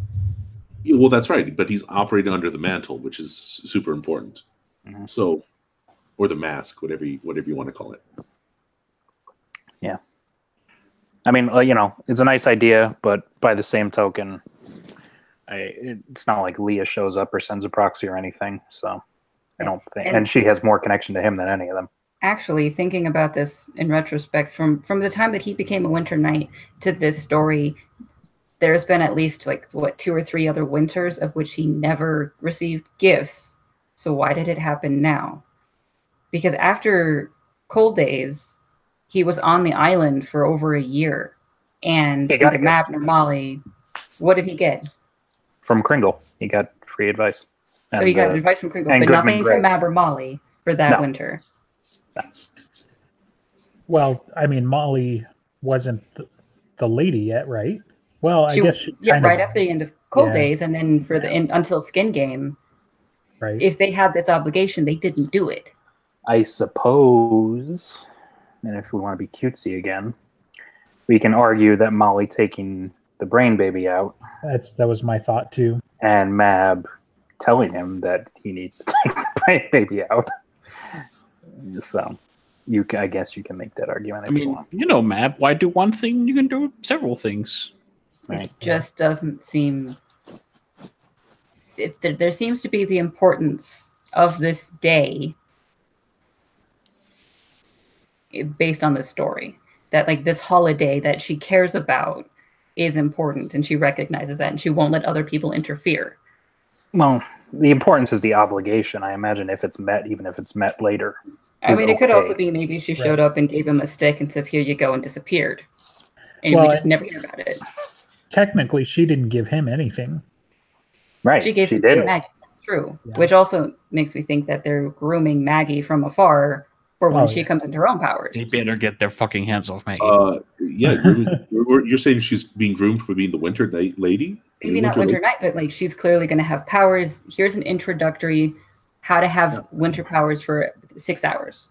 Speaker 1: Yeah, Well, that's right, but he's operating under the mantle, which is s- super important.
Speaker 2: Mm-hmm.
Speaker 5: Mhm.
Speaker 1: So, or the mask, whatever you whatever you want to call it.
Speaker 5: I mean, uh, you know, it's a nice idea, but by the same token, I, it's not like Leah shows up or sends a proxy or anything. So I don't think, and,
Speaker 3: And-
Speaker 5: she has more connection to him than any of them.
Speaker 3: actually thinking about this in retrospect from from the time that he became a winter knight to this story there's been at least like what two or three other winters of which he never received gifts so why did it happen now because after cold days he was on the island for over a year and
Speaker 5: He got a
Speaker 3: neither map nor molly what did he get
Speaker 5: From Kringle, he got free advice.
Speaker 3: so Oh, he
Speaker 5: And,
Speaker 3: got
Speaker 5: uh,
Speaker 3: advice from Kringle,
Speaker 5: and
Speaker 3: but
Speaker 5: Goodman
Speaker 3: nothing
Speaker 5: Gray.
Speaker 3: from mab or molly for that
Speaker 5: No.
Speaker 3: winter
Speaker 4: Well, I mean, Molly wasn't th- the lady yet, right? Well, I
Speaker 3: She-
Speaker 4: guess she
Speaker 3: yeah
Speaker 4: kind of-
Speaker 3: right after the end of cold
Speaker 4: Yeah.
Speaker 3: days and then for the end until skin game
Speaker 4: right.
Speaker 3: if they had this obligation they didn't do it
Speaker 5: I suppose, and if we want to be cutesy again, we can argue that Molly taking the brain baby out
Speaker 4: That's that was my thought too.
Speaker 5: and Mab telling him that he needs to take the brain baby out. So, you can, I guess you can make that argument
Speaker 2: I
Speaker 5: if you
Speaker 2: mean,
Speaker 5: want.
Speaker 2: you know, Mab, why do one thing? You can do several things.
Speaker 5: Right.
Speaker 3: it just doesn't seem if there, there seems to be the importance of this day eh, based on this story that like this holiday that she cares about is important and she recognizes that and she won't let other people interfere
Speaker 5: Well, the importance is the obligation. I imagine if it's met, even if it's met later.
Speaker 3: i
Speaker 5: Is
Speaker 3: mean it could
Speaker 5: okay.
Speaker 3: also be maybe she showed up and gave him a stick and says here you go and disappeared and
Speaker 4: Well,
Speaker 3: we just
Speaker 4: and-
Speaker 3: never hear about it
Speaker 4: Technically, she didn't give him anything.
Speaker 5: Right.
Speaker 3: She gave some
Speaker 5: did.
Speaker 3: to Maggie. That's true.
Speaker 4: Yeah.
Speaker 3: Which also makes me think that they're grooming Maggie from afar for when
Speaker 4: Oh,
Speaker 3: she
Speaker 4: yeah.
Speaker 3: comes into her own powers.
Speaker 2: They better get their fucking hands off Maggie.
Speaker 1: Uh, yeah, grooming- you're you're saying she's being groomed for being the Winter Night Lady.
Speaker 3: Maybe not Winter Night, but like she's clearly going to have powers. Here's an introductory how to have winter powers for six hours.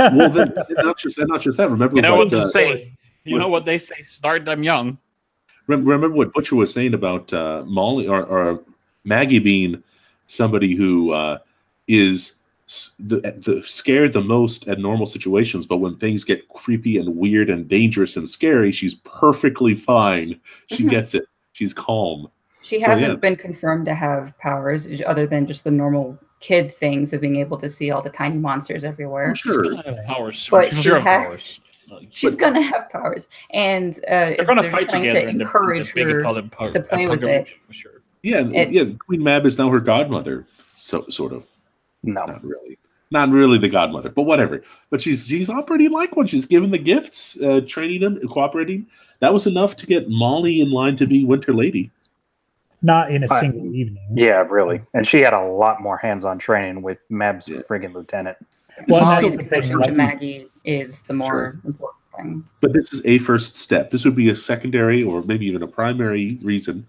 Speaker 1: Lady? Well, then then not just that. Not just that. Remember
Speaker 2: you know what
Speaker 1: what
Speaker 2: they
Speaker 1: uh,
Speaker 2: say. You know what they say. Start them young.
Speaker 1: rem- remember what Butcher was saying about uh, Molly or, or Maggie being somebody who uh, is s- the, the scared the most at normal situations, but when things get creepy and weird and dangerous and scary, she's perfectly fine. She
Speaker 3: Mhm.
Speaker 1: gets it. She's calm.
Speaker 3: She
Speaker 1: So,
Speaker 3: hasn't
Speaker 1: yeah.
Speaker 3: been confirmed to have powers other than just the normal kid things of being able to see all the tiny monsters everywhere.
Speaker 2: She's
Speaker 1: Sure.
Speaker 2: gonna have powers. soon.
Speaker 3: But
Speaker 2: She's
Speaker 3: she
Speaker 2: gonna have
Speaker 3: has-
Speaker 2: powers. Uh,
Speaker 3: She's going to have powers. And uh,
Speaker 2: They're gonna
Speaker 3: if
Speaker 2: fight
Speaker 3: trying
Speaker 2: together
Speaker 3: to
Speaker 2: in the,
Speaker 3: encourage
Speaker 2: the big
Speaker 3: her.
Speaker 2: Apollo power,
Speaker 3: to play with
Speaker 2: Apollo
Speaker 3: it.
Speaker 2: for sure.
Speaker 1: Yeah, and-
Speaker 3: It-
Speaker 1: yeah. Queen Mab is now her godmother. So sort of.
Speaker 5: No.
Speaker 1: Not really. Not really the godmother, but whatever. But she's she's operating like one. She's giving the gifts, uh, training them, cooperating. That was enough to get Molly in line to be Winter Lady.
Speaker 4: Not in a
Speaker 5: But-
Speaker 4: single evening.
Speaker 5: Yeah, really. And she had a lot more hands-on training with Mab's
Speaker 1: Yeah.
Speaker 5: friggin' lieutenant.
Speaker 4: Well,
Speaker 1: This is
Speaker 3: Molly's
Speaker 4: that's the
Speaker 1: still-
Speaker 4: thing,
Speaker 3: connection to
Speaker 4: like-
Speaker 3: Maggie is the more
Speaker 1: Sure.
Speaker 3: important thing.
Speaker 1: but this is a first step. This would be a secondary or maybe even a primary reason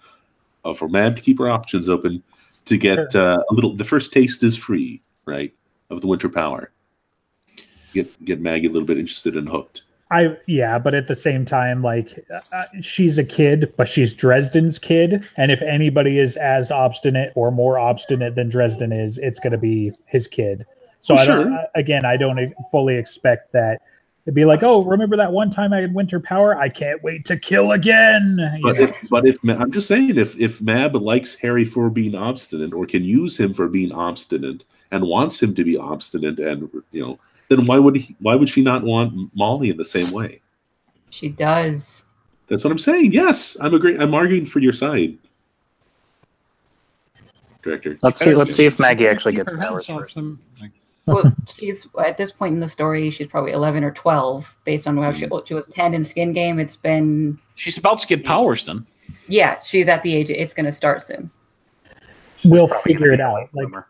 Speaker 1: uh, for Mab to keep her options open to get uh, a little. The first taste is free, right? Of the Winter Power. Get get Maggie a little bit interested and hooked.
Speaker 4: I yeah, but at the same time, like uh, she's a kid, but she's Dresden's kid, and if anybody is as obstinate or more obstinate than Dresden is, it's going to be his kid. So
Speaker 1: Well,
Speaker 4: I don't,
Speaker 1: sure.
Speaker 4: again, I don't fully expect that It'd be like, oh, remember that one time I had winter power? I can't wait to kill again. You
Speaker 1: But
Speaker 4: know?
Speaker 1: if, but if Ma- I'm just saying, if if Mab likes Harry for being obstinate, or can use him for being obstinate, and wants him to be obstinate, and you know, then why would he, why would she not want Molly in the same way?
Speaker 3: She does.
Speaker 1: That's what I'm saying. Yes, I'm agree. I'm arguing for your side, director.
Speaker 5: Let's see. Let's see if Maggie actually gets
Speaker 2: Keep her
Speaker 5: powers
Speaker 2: hands off
Speaker 5: first.
Speaker 2: them. Like,
Speaker 3: Well, she's at this point in the story, she's probably eleven or twelve, based on where she
Speaker 2: Hmm.
Speaker 3: she was ten in Skin Game. It's been
Speaker 2: She's about to get powers then.
Speaker 3: yeah, she's at the age. It's going to start soon.
Speaker 4: we'll
Speaker 5: Probably
Speaker 4: figure it
Speaker 5: gonna
Speaker 4: out.
Speaker 5: be a
Speaker 4: Like
Speaker 5: rumor.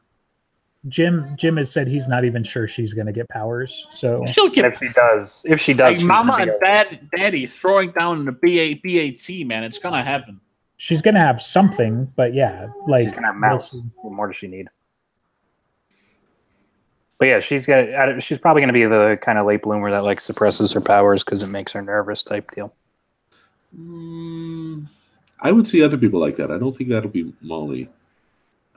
Speaker 4: Jim, Jim has said he's not even sure she's going to get powers. So
Speaker 2: She'll
Speaker 5: And
Speaker 2: get
Speaker 5: if she does, if she does,
Speaker 2: like
Speaker 5: she's
Speaker 2: mama
Speaker 5: gonna
Speaker 2: and
Speaker 5: be a-
Speaker 2: dad, daddy throwing down in the BA, BAT, man. It's gonna happen.
Speaker 4: she's going to have something, but yeah, like
Speaker 5: She's gonna have
Speaker 4: we'll
Speaker 5: mouse.
Speaker 4: see.
Speaker 5: What more does she need? But yeah, she's got. I don't- She's probably gonna be the kind of late bloomer that like suppresses her powers because it makes her nervous type deal.
Speaker 1: Mm, I would see other people like that. I don't think that'll be Molly.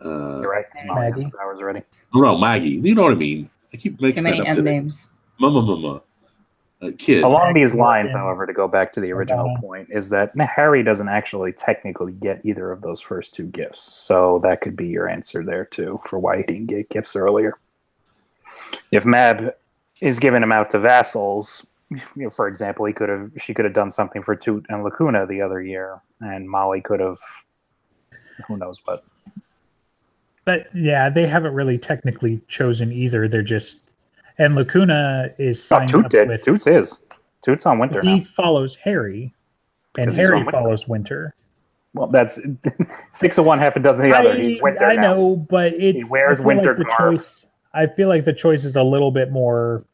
Speaker 1: Uh,
Speaker 5: You're right. Molly has her
Speaker 4: Maggie?
Speaker 5: powers already.
Speaker 1: oh, no, Maggie. You know what I mean. I keep
Speaker 3: Too
Speaker 1: mixing
Speaker 3: many
Speaker 1: that up
Speaker 3: M
Speaker 1: today.
Speaker 3: names.
Speaker 1: Mama, mama, uh, kid.
Speaker 5: Along these lines,
Speaker 4: Yeah.
Speaker 5: however, to go back to the original
Speaker 4: Uh-huh.
Speaker 5: point, is that Harry doesn't actually technically get either of those first two gifts. So that could be your answer there, too, for why he didn't get gifts earlier. If Mab is giving them out to vassals, you know, for example, he could have she could have done something for Toot and Lacuna the other year, and Molly could have who knows oh, what.
Speaker 4: But yeah, they haven't really technically chosen either. They're just and Lacuna is
Speaker 5: Oh,
Speaker 4: signed
Speaker 5: Toot
Speaker 4: up
Speaker 5: did.
Speaker 4: with
Speaker 5: Toot's is. Toot's on winter now.
Speaker 4: he follows Harry, and
Speaker 5: Because he's
Speaker 4: Harry
Speaker 5: on Winter.
Speaker 4: follows Winter.
Speaker 5: Well, that's six of one, half a dozen of the other. He's winter
Speaker 4: I, I
Speaker 5: now.
Speaker 4: know, but it's I
Speaker 5: wears
Speaker 4: feel
Speaker 5: winter
Speaker 4: the
Speaker 5: garb.
Speaker 4: choice. I feel like the choice is a little bit more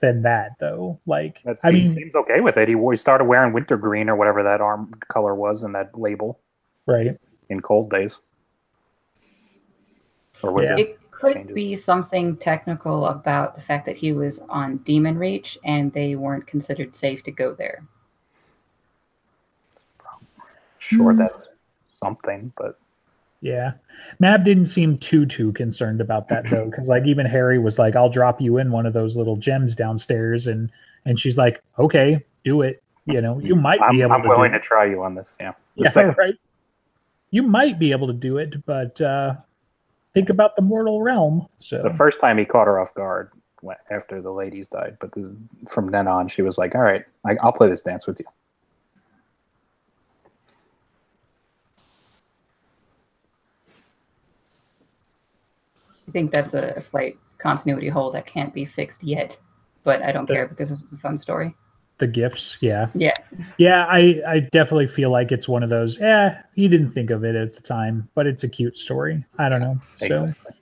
Speaker 4: than that, though. Like,
Speaker 5: That
Speaker 4: I
Speaker 5: seems,
Speaker 4: mean,
Speaker 5: seems okay with it. He, wore- he started wearing wintergreen or whatever that arm color was and that label
Speaker 4: right?
Speaker 5: in cold days. Or was
Speaker 4: Yeah.
Speaker 5: it?
Speaker 3: It could
Speaker 5: Changes.
Speaker 3: be something technical about the fact that he was on Demon Reach and they weren't considered safe to go there.
Speaker 5: Sure,
Speaker 4: Hmm.
Speaker 5: that's something, but
Speaker 4: Yeah, Mab didn't seem too too concerned about that though, because like even Harry was like, "I'll drop you in one of those little gems downstairs," and and she's like, "Okay, do it." You know, you might be
Speaker 5: I'm,
Speaker 4: able
Speaker 5: I'm
Speaker 4: to. do
Speaker 5: willing
Speaker 4: it.
Speaker 5: to try you on this. Yeah. The
Speaker 4: Yeah,
Speaker 5: second-
Speaker 4: right. You might be able to do it, but uh, think about the mortal realm. So
Speaker 5: The first time he caught her off guard when- after the ladies died, but this, from then on, she was like, all right, I, I'll play this dance with you.
Speaker 3: I think that's a, a slight continuity hole that can't be fixed yet, but I don't care because this is a fun story.
Speaker 4: the gifts, yeah,
Speaker 3: Yeah.
Speaker 4: yeah. I I definitely feel like it's one of those. Yeah, he didn't think of it at the time, but it's a cute story. I don't know. So
Speaker 5: Exactly.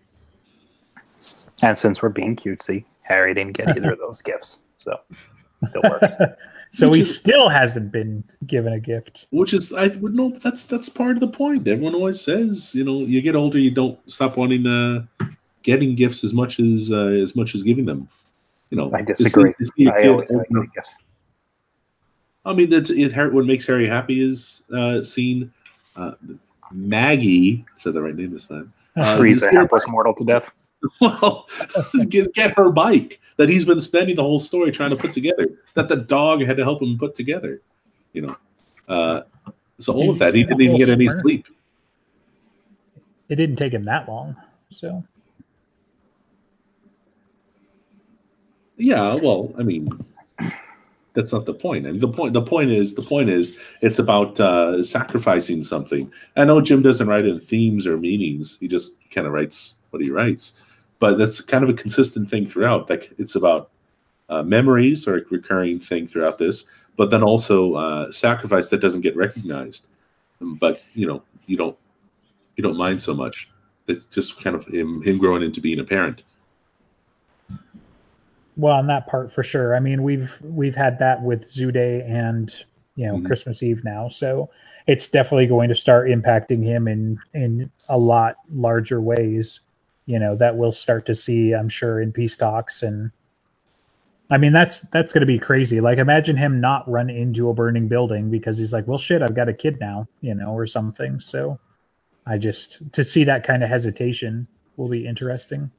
Speaker 5: And since we're being cutesy, Harry didn't get either of those gifts. So still works.
Speaker 4: so
Speaker 1: Which
Speaker 4: he
Speaker 1: is-
Speaker 4: still hasn't been given a gift.
Speaker 1: which is I would know but that's that's part of the point. Everyone always says, you know, you get older, you don't stop wanting uh, getting gifts as much as uh, as much as giving them. You know,
Speaker 5: I
Speaker 1: to see-
Speaker 5: disagree.
Speaker 1: to see a
Speaker 5: I
Speaker 1: kid
Speaker 5: always like
Speaker 1: open up-
Speaker 5: the gifts.
Speaker 1: I mean, that's it, Har- what makes Harry happy is uh, seeing uh, Maggie said the right name this time. Uh,
Speaker 5: Freeze a
Speaker 1: get-
Speaker 5: helpless mortal to death.
Speaker 1: well, get, get her bike that he's been spending the whole story trying to put together. That the dog had to help him put together. You know, uh, so all
Speaker 4: Dude,
Speaker 1: of that
Speaker 4: you
Speaker 1: he
Speaker 4: spent
Speaker 1: didn't
Speaker 4: the
Speaker 1: even
Speaker 4: whole
Speaker 1: get any
Speaker 4: summer.
Speaker 1: sleep.
Speaker 4: It didn't take him that long. So
Speaker 1: Yeah, well, I mean, that's not the point. I mean, the point the point is the point is it's about uh, sacrificing something. I know Jim doesn't write in themes or meanings. He just kind of writes what he writes, but that's kind of a consistent thing throughout. Like it's about uh, memories or a recurring thing throughout this, but then also uh, sacrifice that doesn't get recognized. Um, But you know, you don't you don't mind so much. It's just kind of him him growing into being a parent.
Speaker 4: well, on that part for sure. I mean, we've we've had that with Zoo Day and you know
Speaker 1: Mhm.
Speaker 4: Christmas Eve now. So it's definitely going to start impacting him in in a lot larger ways. You know that we'll start to see, I'm sure, in peace talks and. I mean that's that's going to be crazy. Like imagine him not run into a burning building because he's like, "Well shit, I've got a kid now," you know, or something. So I just to see that kind of hesitation will be interesting.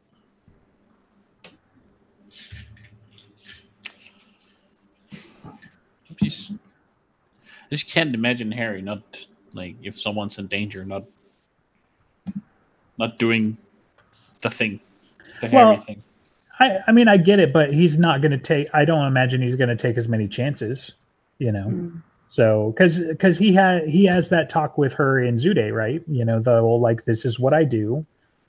Speaker 2: She's, I just can't imagine Harry not like if someone's in danger, not not doing the thing, the
Speaker 4: Well,
Speaker 2: Harry thing.
Speaker 4: I, I mean, I get it, but he's not going to take. I don't imagine he's going to take as many chances, you know.
Speaker 3: Mm.
Speaker 4: So, because because he had he has that talk with her in Zude, right? You know, the whole like this is what I do,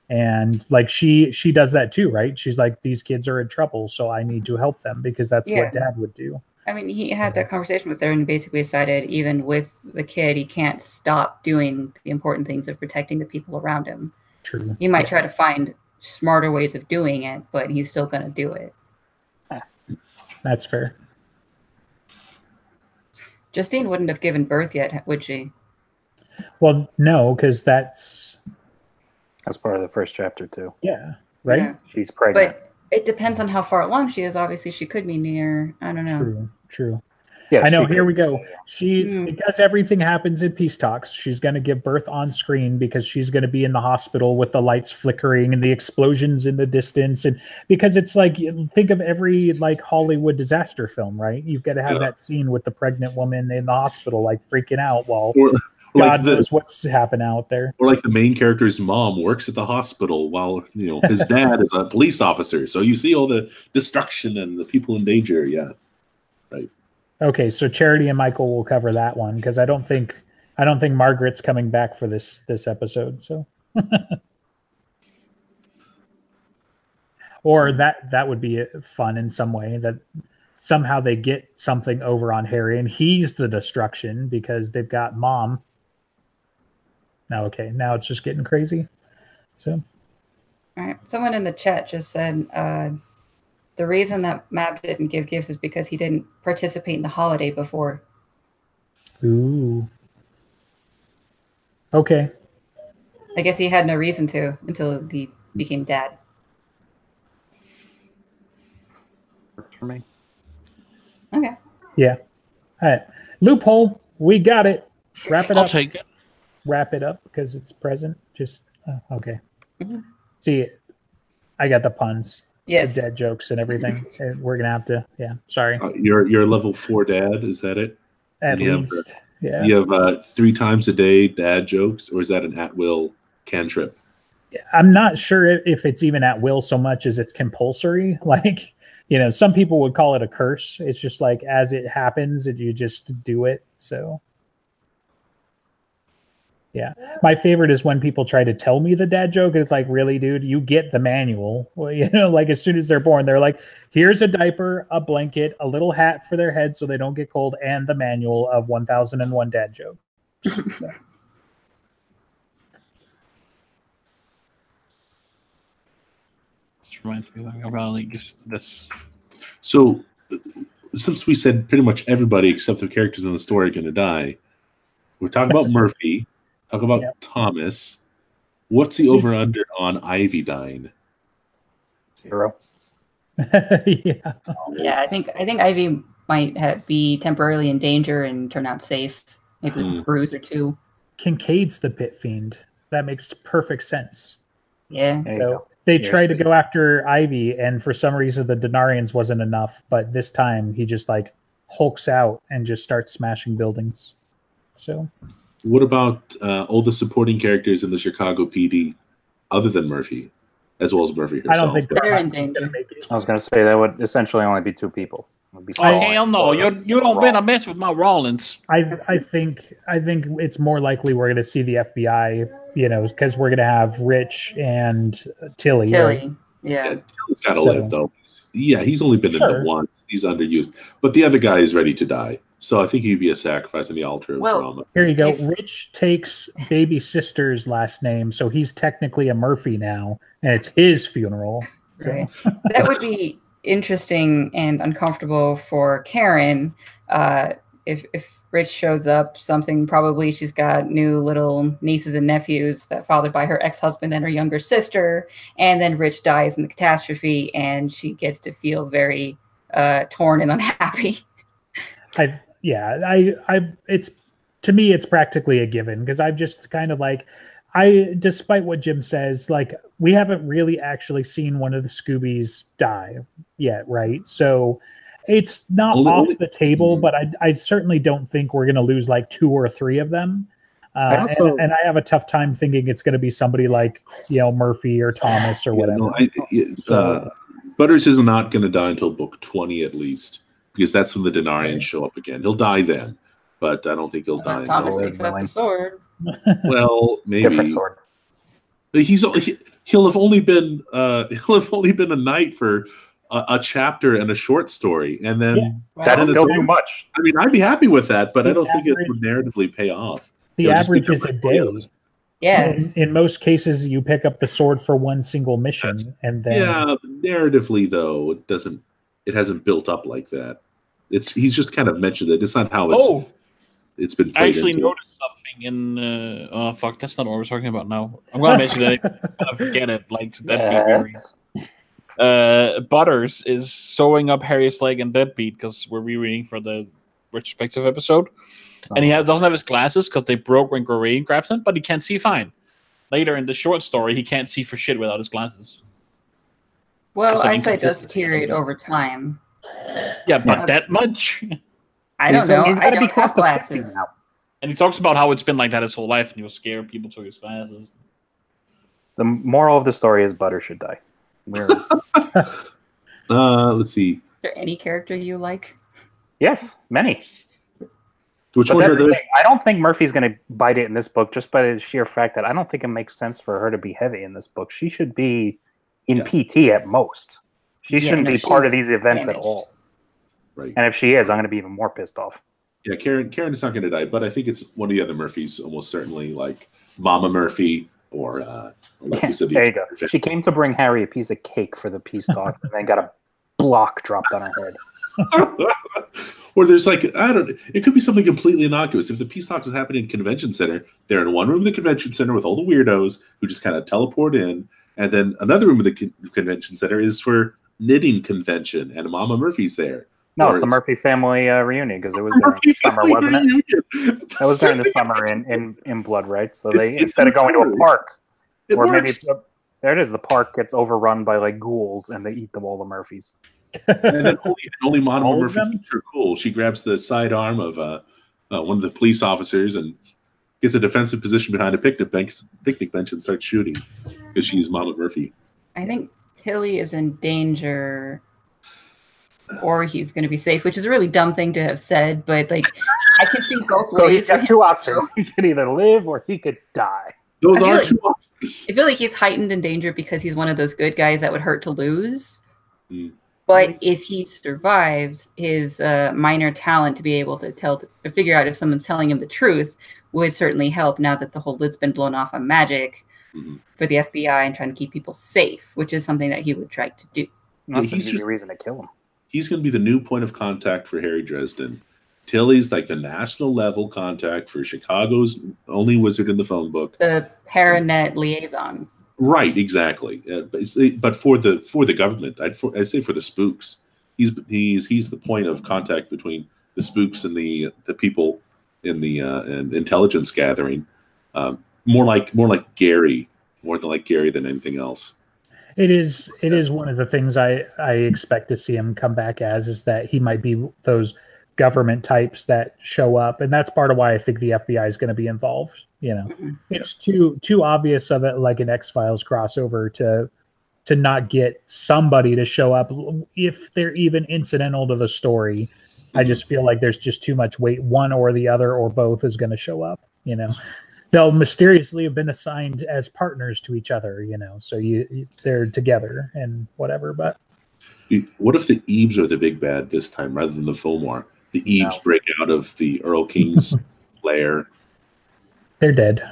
Speaker 4: and like she she does that too, right? She's like these kids are in trouble, so I need to help them because that's
Speaker 3: Yeah.
Speaker 4: what Dad would do.
Speaker 3: I mean, he had that conversation with her and basically decided, even with the kid, he can't stop doing the important things of protecting the people around him.
Speaker 4: True.
Speaker 3: He might try to find smarter ways of doing it, but he's still going to do it.
Speaker 4: That's fair.
Speaker 3: Justine wouldn't have given birth yet, would she?
Speaker 4: Well, no, because that's
Speaker 5: That's part of the first chapter too.
Speaker 4: yeah, right.
Speaker 3: Yeah.
Speaker 5: She's pregnant.
Speaker 3: But it depends on how far along she is. Obviously, she could be near. I don't know.
Speaker 4: True. True.
Speaker 5: yeah,
Speaker 4: I know.
Speaker 5: she
Speaker 4: Here
Speaker 5: could-
Speaker 4: we go. She
Speaker 3: Hmm.
Speaker 4: because everything happens in peace talks. She's going to give birth on screen because she's going to be in the hospital with the lights flickering and the explosions in the distance, and because it's like think of every like Hollywood disaster film, right? You've got to have
Speaker 1: Yeah.
Speaker 4: that scene with the pregnant woman in the hospital, like freaking out while
Speaker 1: Or, or
Speaker 4: God
Speaker 1: like the,
Speaker 4: knows what's happened out there.
Speaker 1: or like the main character's mom works at the hospital while you know his dad is a police officer. So you see all the destruction and the people in danger. Yeah,
Speaker 4: Okay, so Charity and Michael will cover that one because I don't think I don't think Margaret's coming back for this this episode. So, or that that would be uh, fun in some way that somehow they get something over on Harry and he's the destruction because they've got mom. Now, okay, now it's just getting crazy. So,
Speaker 3: All right. Someone in the chat just said uh, the reason that Mab didn't give gifts is because he didn't participate in the holiday before.
Speaker 4: ooh, okay,
Speaker 3: I guess he had no reason to until he became dad.
Speaker 5: for me.
Speaker 3: Okay.
Speaker 4: all right, loophole, we got it. Wrap it
Speaker 2: I'll
Speaker 4: up.
Speaker 2: take it.
Speaker 4: wrap it up because it's present. Just uh, okay.
Speaker 2: Mm-hmm.
Speaker 3: Mhm.
Speaker 4: See, I got the puns, the
Speaker 3: Yes.
Speaker 4: dad jokes, and everything. and we're gonna have to. Yeah, sorry.
Speaker 1: uh, you're you're a level four dad. Is that it?
Speaker 4: At
Speaker 1: yeah, but-
Speaker 4: least, yeah.
Speaker 1: You have uh, three times a day dad jokes, or is that an at will cantrip?
Speaker 4: I'm not sure i- if it's even at will so much as it's compulsory. Like, you know, some people would call it a curse. It's just like as it happens, it, you just do it. So, yeah. My favorite is when people try to tell me the dad joke. And it's like, really, dude, you get the manual. Well, you know, like as soon as they're born, they're like, here's a diaper, a blanket, a little hat for their head so they don't get cold, and the manual of 1001 dad jokes. So,
Speaker 2: This reminds me of about like just this.
Speaker 1: So, uh, since we said pretty much everybody except the characters in the story are going to die, we're talking about Murphy, talk about
Speaker 4: Yep.
Speaker 1: Thomas. What's the over under on Ivy dying?
Speaker 5: Zero.
Speaker 4: yeah.
Speaker 3: Yeah, I think I think Ivy might ha be temporarily in danger and turn out safe, maybe with a
Speaker 1: Mm.
Speaker 3: bruise or two.
Speaker 4: Kincaid's the pit fiend. That makes perfect sense.
Speaker 3: Yeah.
Speaker 5: There you go.
Speaker 4: So they
Speaker 5: Yes.
Speaker 4: try to go after Ivy, and for some reason the Denarians wasn't enough. But this time he just like hulks out and just starts smashing buildings. So
Speaker 1: What about uh, all the supporting characters in the Chicago PD, other than Murphy, as well as Murphy herself?
Speaker 4: I don't think
Speaker 3: They're in
Speaker 4: gonna
Speaker 3: danger.
Speaker 4: make it.
Speaker 5: I was gonna say that would essentially only be two people. It would be
Speaker 2: Oh
Speaker 5: Stalin
Speaker 2: hell no!
Speaker 5: or-
Speaker 2: You you
Speaker 5: or
Speaker 2: don't been a
Speaker 5: Roth.
Speaker 2: mess with my Rollins.
Speaker 4: I I think I think it's more likely we're gonna see the FBI, you know, because we're gonna have Rich and Tilly. right?
Speaker 3: Tilly. Yeah.
Speaker 1: Yeah, Tilly's got to
Speaker 4: So-
Speaker 1: live though. Yeah, he's only been in
Speaker 4: Sure.
Speaker 1: the once. He's underused, but the other guy is ready to die. So I think he'd be a sacrifice in the altar of
Speaker 3: Well-
Speaker 1: drama.
Speaker 4: Here you go.
Speaker 3: If-
Speaker 4: Rich takes baby sister's last name, so he's technically a Murphy now, and it's his funeral. So-
Speaker 3: Right. that would be interesting and uncomfortable for Karen. Uh, if if Rich shows up, something probably she's got new little nieces and nephews that fathered by her ex husband and her younger sister, and then Rich dies in the catastrophe, and she gets to feel very uh, torn and unhappy.
Speaker 4: I yeah, I I it's to me it's practically a given because I've just kind of like I despite what Jim says, like we haven't really actually seen one of the Scoobies die yet, right? So It's not
Speaker 1: Only-
Speaker 4: off
Speaker 1: only- Hmm.
Speaker 4: the table, but I, I certainly don't think we're going to lose like two or three of them. Uh,
Speaker 5: I also-
Speaker 4: and, and I have a tough time thinking it's going to be somebody like you know Murphy or Thomas or
Speaker 1: Yeah,
Speaker 4: whatever.
Speaker 1: no, I, it, uh,
Speaker 4: So-
Speaker 1: Butters is not going to die until book 20 at least, because that's when the Denarians show up again. He'll die then, but I don't think he'll
Speaker 3: Unless
Speaker 1: die.
Speaker 3: Thomas
Speaker 1: Until,
Speaker 3: takes out
Speaker 5: Willing.
Speaker 3: the sword.
Speaker 1: well, maybe.
Speaker 5: Different sword.
Speaker 1: He's o- he, he'll have only been uh, he'll have only been a knight for a, a chapter and a short story, and then
Speaker 4: Yeah.
Speaker 5: That's
Speaker 1: Thomas
Speaker 5: still
Speaker 1: is-
Speaker 5: too much.
Speaker 1: I mean I'd be happy with that, but I
Speaker 4: The
Speaker 1: don't think it
Speaker 4: average-
Speaker 1: would narratively pay off.
Speaker 4: the
Speaker 1: It'll just be
Speaker 4: average is a
Speaker 1: different
Speaker 4: day.
Speaker 1: videos.
Speaker 3: Yeah.
Speaker 4: In, in most cases, you pick up the sword for one single mission, and then
Speaker 1: Yeah, but narratively though, it doesn't it hasn't built up like that. It's he's just kind of mentioned it. It's not how it's
Speaker 2: Oh,
Speaker 1: it's been
Speaker 2: I
Speaker 1: played
Speaker 2: actually
Speaker 1: into.
Speaker 2: noticed something in. Uh, oh fuck, that's not what we're talking about now. I'm gonna mention that. I forget it. Like that beat memory. Uh, Butters is sewing up Harry's leg in that beat because we're rereading for the retrospective episode, and he has, doesn't have his glasses because they broke when Gorain grabs him, but he can't see fine. Later in the short story, he can't see for shit without his glasses.
Speaker 3: Well,
Speaker 2: It's an
Speaker 3: eyesight does
Speaker 2: inconsistency.
Speaker 3: deteriorate over time.
Speaker 2: Yeah, but
Speaker 3: Yeah.
Speaker 2: that much.
Speaker 3: I don't
Speaker 5: He's-
Speaker 3: know.
Speaker 5: He's
Speaker 3: I
Speaker 5: got
Speaker 3: don't
Speaker 5: to be close
Speaker 3: have
Speaker 5: to 50
Speaker 3: glasses.
Speaker 5: now.
Speaker 2: And he talks about how it's been like that his whole life, and he was scared people took his glasses.
Speaker 5: The moral of the story is Butter should die. We're,
Speaker 1: Uh, let's see.
Speaker 3: Is there any character you like?
Speaker 5: yes, many.
Speaker 1: Which
Speaker 5: But
Speaker 1: ones are
Speaker 5: that's the
Speaker 1: those?
Speaker 5: thing. I don't think Murphy's going to bite it in this book just by the sheer fact that I don't think it makes sense for her to be heavy in this book. She should be in
Speaker 1: Yeah.
Speaker 5: PT at most. She
Speaker 3: Yeah,
Speaker 5: shouldn't
Speaker 3: no,
Speaker 5: be part of
Speaker 3: she's
Speaker 5: these events at
Speaker 3: damaged.
Speaker 5: all.
Speaker 1: Right.
Speaker 5: And if she is, I'm going to be even more pissed off.
Speaker 1: Yeah, Karen. Karen's not going to die, but I think it's one of the other Murphys, almost certainly, like Mama Murphy or uh, like you said, the
Speaker 5: there you go.
Speaker 1: Executor
Speaker 5: She came to bring Harry a piece of cake for the peace talks and then got a block dropped on her head.
Speaker 1: or there's like I don't. It could be something completely innocuous. If the peace talks is happening in convention center, they're in one room of the convention center with all the weirdos who just kind of teleport in, and then another room of the con- convention center is for knitting convention, and Mama Murphy's there.
Speaker 5: No,
Speaker 1: Or
Speaker 5: it's the
Speaker 1: it's-
Speaker 5: Murphy family uh, reunion because it was during the summer, wasn't it? That was during the summer in, in, in Blood, right? So
Speaker 1: It's-
Speaker 5: they
Speaker 1: it's
Speaker 5: instead of going to a
Speaker 1: entirely-
Speaker 5: park,
Speaker 1: It
Speaker 5: or maybe
Speaker 1: works.
Speaker 5: it's a, there it is. The park gets overrun by like ghouls and they eat them all. The Murphys.
Speaker 1: and then only, and only Monica
Speaker 4: All of
Speaker 1: Murphy
Speaker 4: them?
Speaker 1: keeps her cool. She grabs the sidearm of uh, uh, one of the police officers and gets a defensive position behind a picnic bench, picnic bench and starts shooting because she's Mama Murphy.
Speaker 3: I think Tilly is in danger or he's going to be safe, which is a really dumb thing to have said, but like I can see both
Speaker 5: So
Speaker 3: ways.
Speaker 5: he's
Speaker 3: for
Speaker 5: got
Speaker 3: him.
Speaker 5: two options: he could either live or he could die.
Speaker 1: Those
Speaker 3: I feel
Speaker 1: are
Speaker 3: like-
Speaker 1: two options.
Speaker 3: I feel like he's heightened in danger because he's one of those good guys that would hurt to lose.
Speaker 5: Hmm.
Speaker 1: Mm.
Speaker 3: But if he survives, his uh, minor talent to be able to tell, to figure out if someone's telling him the truth would certainly help now that the whole lid's been blown off on magic
Speaker 5: Mm-hmm.
Speaker 1: Mhm.
Speaker 3: for the FBI and trying to keep people safe, which is something that he would try to do.
Speaker 5: That's an
Speaker 1: he's
Speaker 5: easy
Speaker 1: just-
Speaker 5: reason to kill him.
Speaker 1: He's going to be the new point of contact for Harry Dresden. Tilly's like the national level contact for Chicago's only wizard in the phone book.
Speaker 3: The Paranet liaison.
Speaker 1: Right, exactly. Uh, but, it's- but for the for the government, I'd for, I'd say for the spooks, he's he's he's the point of contact between the spooks and the the people in the uh, and intelligence gathering. Um, more like more like Gary, more than like Gary than anything else.
Speaker 4: It is it is one of the things I I expect to see him come back as is that he might be those government types that show up and that's part of why I think the FBI is going to be involved, you know.
Speaker 3: Mhm.
Speaker 4: It's too too obvious of it like an X-Files crossover to to not get somebody to show up if they're even incidental to the story. I just feel like there's just too much weight one or the other or both is going to show up, you know they'll mysteriously have been assigned as partners to each other you know so you, you- they're together and whatever but
Speaker 1: What if the Ebes are the big bad this time rather than the Fomar? The Ebes
Speaker 5: No.
Speaker 1: break out of the Earl King's lair.
Speaker 4: they're dead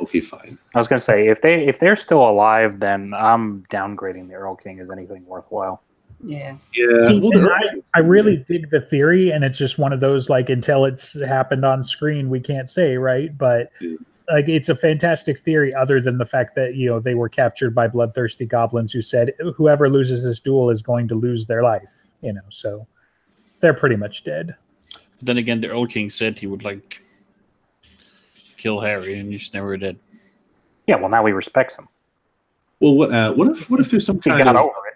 Speaker 1: Okay, fine.
Speaker 5: I was going to say if they if they're still alive, then I'm downgrading the Earl King as anything worthwhile.
Speaker 3: Yeah.
Speaker 1: Yeah,
Speaker 4: See,
Speaker 1: well, the
Speaker 4: and
Speaker 1: Earl
Speaker 4: I,
Speaker 1: King's-
Speaker 4: I really dig the theory and it's just one of those like until it's happened on screen we can't say right but
Speaker 1: Yeah.
Speaker 4: like it's a fantastic theory other than the fact that you know they were captured by bloodthirsty goblins who said whoever loses this duel is going to lose their life you know so they're pretty much dead
Speaker 2: But then again, the Earl King said he would like kill Harry, and he just never did.
Speaker 5: Yeah, well now he respects him.
Speaker 1: well. What uh, what if what if there's some
Speaker 5: He
Speaker 1: kind
Speaker 5: got
Speaker 1: of
Speaker 5: over it.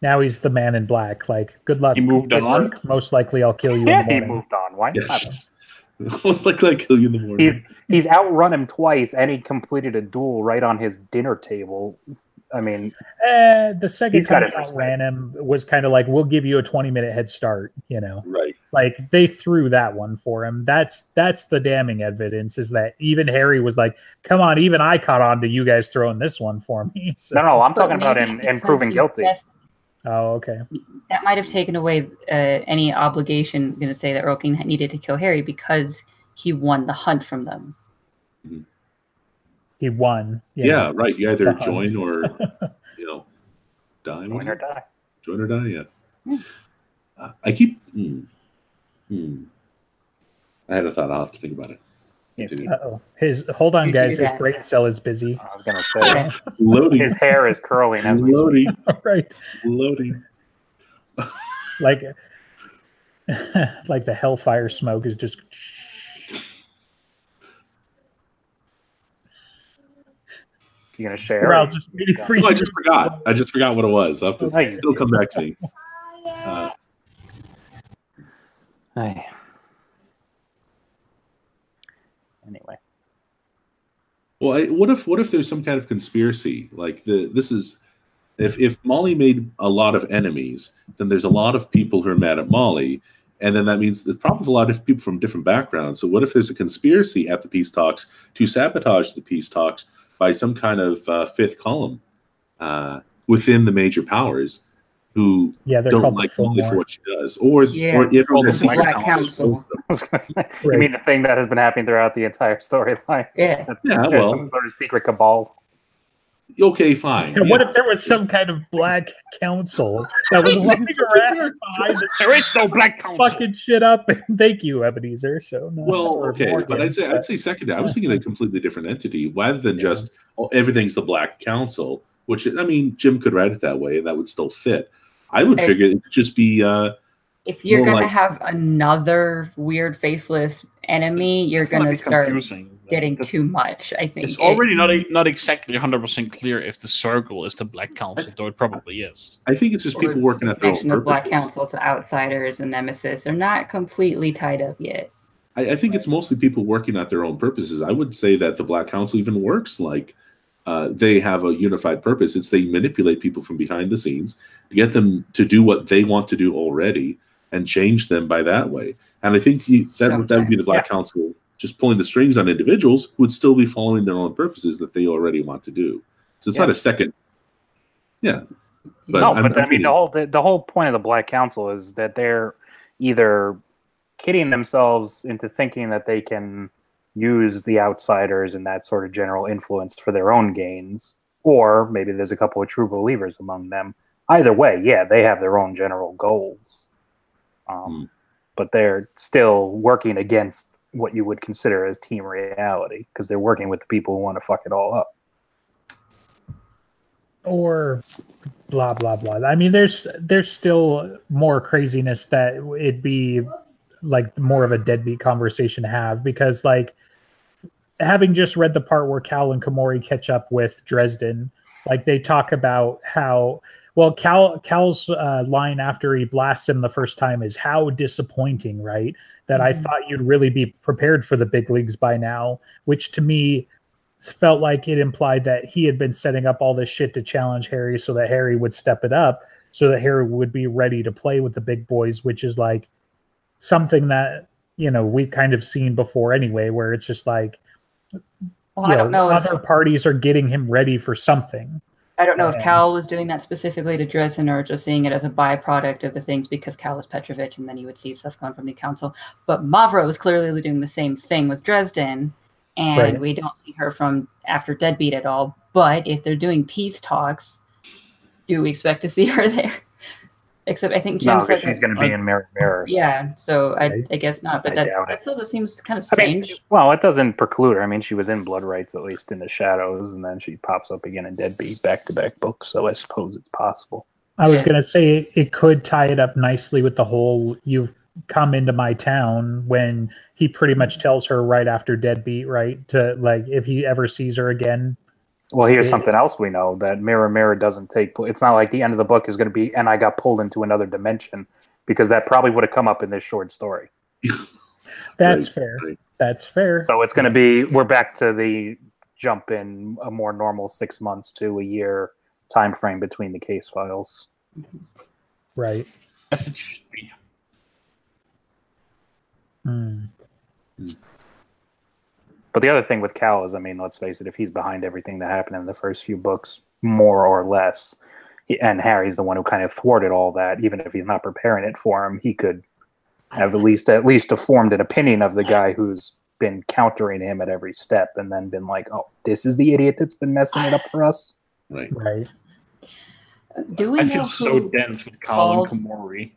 Speaker 4: Now he's the man in black. Like, good luck.
Speaker 2: He moved
Speaker 4: Good
Speaker 2: on?
Speaker 4: work. Most likely, I'll kill you.
Speaker 5: Yeah,
Speaker 4: in the
Speaker 5: he
Speaker 4: morning.
Speaker 5: moved on. Why not?
Speaker 1: Yes. Almost like I kill you in the morning.
Speaker 5: He's he's outrun him twice, and he completed a duel right on his dinner table. I mean,
Speaker 4: Eh, the second
Speaker 5: He's got
Speaker 4: time
Speaker 5: his
Speaker 4: he outran him was kind of like, we'll give you a twenty minute head start. You know,
Speaker 1: right.
Speaker 4: like they threw that one for him. That's that's the damning evidence is that even Harry was like, come on, even I caught on to you guys throwing this one for me. So-
Speaker 5: no, no, I'm
Speaker 3: But
Speaker 5: talking about
Speaker 3: maybe
Speaker 5: him
Speaker 3: because
Speaker 5: and proving
Speaker 3: he
Speaker 5: guilty.
Speaker 3: pressed-
Speaker 4: Oh, okay.
Speaker 3: That might have taken away uh, any obligation going to say that Earl King needed to kill Harry because he won the hunt from them.
Speaker 4: He won.
Speaker 1: Yeah. right. You either
Speaker 4: The hunt.
Speaker 1: join or you know die.
Speaker 5: Win
Speaker 1: was
Speaker 5: or
Speaker 1: it?
Speaker 5: die.
Speaker 1: Join or die. Yeah.
Speaker 3: Hmm.
Speaker 1: Uh, I keep. Hmm. Hmm. I had a thought. I'll have to think about it.
Speaker 5: Yeah.
Speaker 1: Continue.
Speaker 4: Uh oh. His hold on,
Speaker 3: You do
Speaker 4: guys. His
Speaker 3: that.
Speaker 4: brain cell is busy.
Speaker 5: I was gonna say
Speaker 1: Loading.
Speaker 5: his hair is curling as we speak.
Speaker 1: loading.
Speaker 4: All right.
Speaker 1: Loading.
Speaker 4: Like, like the hellfire smoke is just.
Speaker 5: You're gonna share.
Speaker 4: We're all
Speaker 5: it?
Speaker 4: just waiting for
Speaker 1: Oh,
Speaker 4: you.
Speaker 1: I just forgot. I just forgot what it was. I'll have to,
Speaker 5: Oh, you-
Speaker 1: it'll come back to me. Uh,
Speaker 5: Ay. Anyway,
Speaker 1: Well, I, what if what if there's some kind of conspiracy? Like the this is, if if Molly made a lot of enemies, then there's a lot of people who are mad at Molly, and then that means there's probably a lot of people from different backgrounds. So what if there's a conspiracy at the peace talks to sabotage the peace talks by some kind of uh, fifth column uh, within the major powers who
Speaker 4: Yeah, they're
Speaker 1: don't
Speaker 4: called
Speaker 1: like
Speaker 4: the
Speaker 1: Molly for
Speaker 4: Fillmore.
Speaker 1: what she does, or
Speaker 3: Yeah.
Speaker 1: or if
Speaker 2: Called the
Speaker 1: there's secret
Speaker 2: Black
Speaker 1: powers
Speaker 3: Council.
Speaker 1: both of them.
Speaker 5: I was gonna say,
Speaker 4: Right.
Speaker 5: you mean the thing that has been happening throughout the entire storyline?
Speaker 3: Yeah.
Speaker 1: Yeah,
Speaker 5: There's some
Speaker 1: Oh, well,
Speaker 5: sort of secret cabal.
Speaker 1: okay, fine.
Speaker 4: Yeah, What
Speaker 1: yeah.
Speaker 4: if there was some kind of black council that was running around behind this
Speaker 2: There is no black council.
Speaker 4: fucking shit up? Thank you, Ebenezer. So no,
Speaker 1: Well,
Speaker 4: or
Speaker 1: okay, but
Speaker 4: Morgan,
Speaker 1: I'd say I'd say secondary. I was thinking a completely different entity rather than just oh, everything's the Black Council, which I mean, Jim could write it that way, and that would still fit. I would
Speaker 3: Okay.
Speaker 1: figure it would just be uh,
Speaker 3: If you're
Speaker 1: More
Speaker 3: going to
Speaker 1: like-
Speaker 3: have another weird faceless enemy, you're
Speaker 2: It's gonna
Speaker 3: going to
Speaker 2: be
Speaker 3: start
Speaker 2: confusing.
Speaker 3: getting
Speaker 2: It's-
Speaker 3: too much, I think. eh,
Speaker 2: It's
Speaker 3: It-
Speaker 2: already not e-, not exactly 100% clear if the circle is the black council, though it probably is.
Speaker 1: I think it's just people
Speaker 3: Or
Speaker 1: working at their own
Speaker 3: connection of Black
Speaker 1: purposes.
Speaker 3: Council to outsiders and nemesis. They're not completely tied up yet.
Speaker 1: I, I think it's mostly people working at their own purposes. I would say that the Black Council even works like uh, they have a unified purpose. It's they manipulate people from behind the scenes to get them to do what they want to do already and change them by that way. And I think you, that would that would be the Black Council just pulling the strings on individuals who would still be following their own purposes that they already want to do. So it's not a second. Yeah, but
Speaker 5: no,
Speaker 1: I'm- I'm
Speaker 5: but I mean the
Speaker 1: kidding.
Speaker 5: whole the, the whole point of the Black Council is that they're either kidding themselves into thinking that they can use the outsiders and that sort of general influence for their own gains, or maybe there's a couple of true believers among them. Either way, yeah, they have their own general goals,
Speaker 1: Hmm.
Speaker 5: um, but they're still working against what you would consider as team reality because they're working with the people who want to fuck it all up.
Speaker 4: or blah blah blah. I mean, there's there's still more craziness that it'd be like more of a deadbeat conversation to have because like having just read the part where Cal and Komori catch up with Dresden, like they talk about how well Cal Cal's uh, line after he blasts him the first time is how disappointing, right? That I
Speaker 3: Mhm.
Speaker 4: thought you'd really be prepared for the big leagues by now, which to me felt like it implied that he had been setting up all this shit to challenge Harry so that Harry would step it up, so that Harry would be ready to play with the big boys, which is like something that you know we've kind of seen before anyway, where it's just like
Speaker 3: Well,
Speaker 4: you
Speaker 3: I don't know. if-
Speaker 4: other parties are getting him ready for something.
Speaker 3: I don't know if
Speaker 4: Yeah.
Speaker 3: Cal was doing that specifically to Dresden or just seeing it as a byproduct of the things because Cal was Petrovich and then you would see stuff going from the council. But Mavra was clearly doing the same thing with Dresden, and
Speaker 4: Right.
Speaker 3: we don't see her from after Deadbeat at all. But if they're doing peace talks, do we expect to see her there? Except I think Jim
Speaker 5: No,
Speaker 3: said
Speaker 5: because she's
Speaker 3: that-
Speaker 5: going to be in Mirror Mirrors.
Speaker 3: Yeah, so I,
Speaker 4: Right.
Speaker 3: I guess not. But
Speaker 5: I
Speaker 3: that,
Speaker 5: doubt
Speaker 3: that
Speaker 5: it.
Speaker 3: still just seems kind of
Speaker 5: I mean,
Speaker 3: strange.
Speaker 5: well, it doesn't preclude her. I mean, she was in Blood Rights at least in the shadows, and then she pops up again in Deadbeat back-to-back books. So I suppose it's possible.
Speaker 4: I was
Speaker 3: Yeah.
Speaker 4: gonna say it, it could tie it up nicely with the whole you've come into my town when
Speaker 3: Mm-hmm.
Speaker 4: he pretty much tells her right after deadbeat, right? To like if he ever sees her again,
Speaker 5: Well, here's
Speaker 4: It
Speaker 5: something
Speaker 4: is.
Speaker 5: else we know that Mirror Mirror doesn't take. pl- It's not like the end of the book is going to be, and I got pulled into another dimension because that probably would have come up in this short story.
Speaker 4: That's
Speaker 1: Right,
Speaker 4: fair.
Speaker 1: right.
Speaker 4: That's fair.
Speaker 5: So it's going to be we're back to the jump in a more normal six months to a year time frame between the case files.
Speaker 4: Right.
Speaker 2: That's interesting.
Speaker 4: Mm.
Speaker 5: But the other thing with Cal is, I mean, let's face it, if he's behind everything that happened in the first few books, more or less, he- and Harry's the one who kind of thwarted all that, even if he's not preparing it for him, he could have at least at least have formed an opinion of the guy who's been countering him at every step and then been like, Oh, this is the idiot that's been messing it up for us.
Speaker 1: Right.
Speaker 4: Right.
Speaker 3: Do we
Speaker 2: I
Speaker 3: know
Speaker 2: feel so
Speaker 3: who-
Speaker 2: dense with Colin
Speaker 3: called-
Speaker 2: Kamori.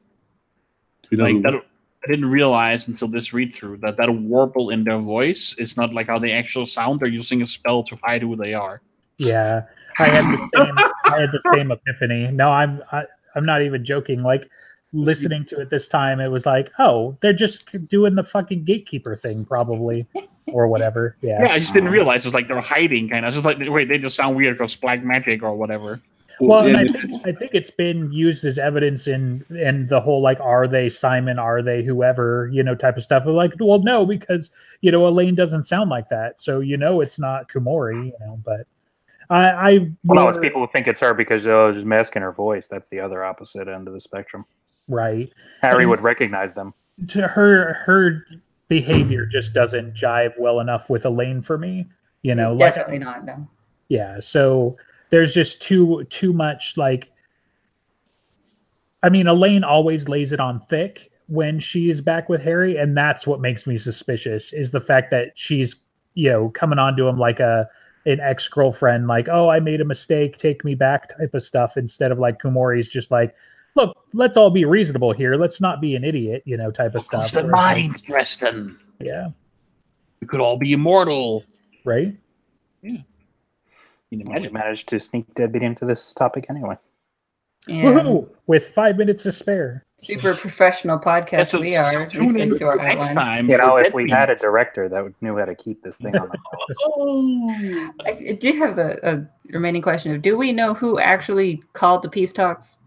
Speaker 1: Do we know
Speaker 2: Like
Speaker 1: who-
Speaker 2: that, I didn't realize until this read through that that warble in their voice is not like how they actual sound. They're using a spell to hide who they are.
Speaker 4: Yeah. I had the same. I had the same epiphany. No, I'm. I, I'm not even joking. Like listening to it this time, it was like, oh, they're just doing the fucking gatekeeper thing, probably, or whatever. Yeah.
Speaker 2: Yeah, I just didn't realize it's like they're hiding kind of. It's just like wait, they just sound weird because black magic or whatever.
Speaker 4: Well,
Speaker 1: yeah,
Speaker 4: and I think I think it's been used as evidence in in the whole like, are they Simon? Are they whoever? You know, type of stuff. They're like, well, no, because you know Elaine doesn't sound like that, so you know it's not Kumori. You know, but I, I
Speaker 5: Well, no, it's
Speaker 4: were-
Speaker 5: people who think it's her because oh, just masking her voice. That's the other opposite end of the spectrum.
Speaker 4: right
Speaker 5: Harry
Speaker 4: Mhm.
Speaker 5: would recognize them.
Speaker 4: to her her behavior just doesn't jive well enough with Elaine for me. You know, like
Speaker 3: definitely not. No.
Speaker 4: yeah so there's just too too much like i mean elaine always lays it on thick when she's back with harry and that's what makes me suspicious is the fact that she's you know coming onto him like a an ex-girlfriend like oh i made a mistake take me back type of stuff instead of like kumori's just like look let's all be reasonable here let's not be an idiot you know type of stuff
Speaker 2: the
Speaker 4: where it's like,
Speaker 2: mind, Dresden.
Speaker 4: yeah
Speaker 2: We could all be immortal.
Speaker 4: right
Speaker 2: You know,
Speaker 5: We
Speaker 2: magic.
Speaker 5: managed to sneak Deadbeat into this topic anyway.
Speaker 3: Yeah.
Speaker 4: Woohoo! with five minutes to spare
Speaker 3: Super professional podcast
Speaker 2: so
Speaker 3: we are. We
Speaker 2: tune in
Speaker 3: stick to our
Speaker 2: next
Speaker 3: guidelines.
Speaker 2: time.
Speaker 5: You
Speaker 2: for
Speaker 5: know, if
Speaker 2: Dead
Speaker 5: we
Speaker 2: Beat.
Speaker 5: had a director that would- knew how to keep this thing on the
Speaker 2: Oh.
Speaker 3: I, I do have the uh, remaining question of do we know who actually called the peace talks?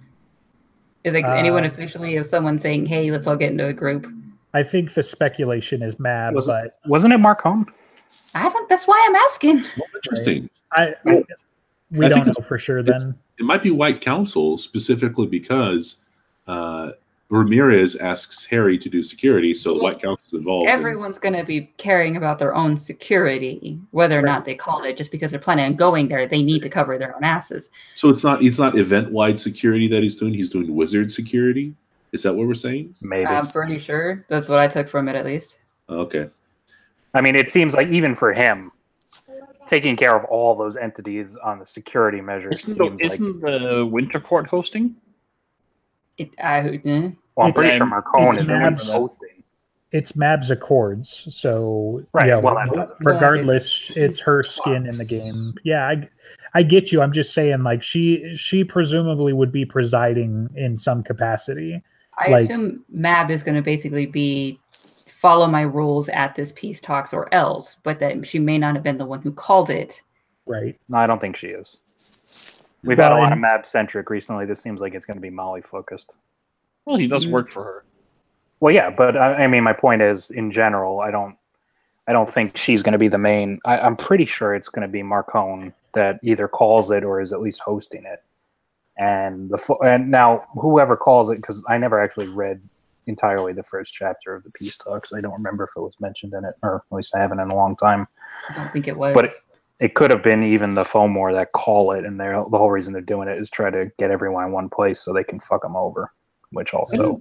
Speaker 3: Is like
Speaker 4: Uh,
Speaker 3: anyone officially of someone saying, "Hey, let's all get into a group"?
Speaker 4: i think the speculation is mad
Speaker 5: Was it-
Speaker 4: but
Speaker 5: Wasn't it Marcone?
Speaker 3: I don't. That's why I'm asking.
Speaker 1: Oh, interesting.
Speaker 4: I, I
Speaker 1: Well,
Speaker 4: we
Speaker 1: I
Speaker 4: don't
Speaker 1: think
Speaker 4: know
Speaker 1: it's-
Speaker 4: for sure
Speaker 1: it's-
Speaker 4: then.
Speaker 1: It might be White Council specifically because uh, Ramirez asks Harry to do security, so the
Speaker 3: Well,
Speaker 1: White Council's involved. in-
Speaker 3: Everyone's going to be caring about their own security, whether or not they call it. Just because they're planning on going there, they need to cover their own asses.
Speaker 1: so it's not it's not event wide security that he's doing. He's doing wizard security. Is that what we're saying?
Speaker 5: Maybe.
Speaker 3: I'm pretty Um, sure that's what I took from it, at least.
Speaker 1: Okay.
Speaker 5: I mean, it seems like even for him, taking care of all those entities on the security measures
Speaker 2: Isn't,
Speaker 5: seems
Speaker 2: the,
Speaker 5: like.
Speaker 2: isn't the Winter Court hosting?
Speaker 3: It, I, eh.
Speaker 5: Well, I'm
Speaker 4: it's-
Speaker 5: pretty sure Marcone
Speaker 4: it's
Speaker 5: is the one
Speaker 4: Mab's-
Speaker 5: hosting.
Speaker 4: It's Mab's Accords, so
Speaker 5: Right,
Speaker 4: yeah,
Speaker 5: well, that doesn't-
Speaker 4: regardless,
Speaker 3: Yeah,
Speaker 4: it's her skin in the game. Yeah, I, I get you. I'm just saying, like she she presumably would be presiding in some capacity.
Speaker 3: I
Speaker 4: like-
Speaker 3: assume Mab is going to basically be follow my rules at this peace talks or else, but that she may not have been the one who called it.
Speaker 4: Right.
Speaker 5: No, I don't think she is. We've had a
Speaker 4: Well,
Speaker 5: lot of
Speaker 4: and-
Speaker 5: Mab centric recently. This seems like it's going to be Molly focused.
Speaker 2: Well, he does
Speaker 3: Mm.
Speaker 2: work for her.
Speaker 5: Well, yeah, but I, I mean, my point is, in general, I don't, I don't think she's going to be the main. I, I'm pretty sure it's going to be Marcone that either calls it or is at least hosting it. And the fo- and now whoever calls it, because I never actually read entirely the first chapter of the peace talks. I don't remember if it was mentioned in it, or at least I haven't in a long time.
Speaker 3: I don't think it was.
Speaker 5: But It could have been even the Fomor that call it, and they're, the whole reason they're doing it is try to get everyone in one place so they can fuck them over. Which also,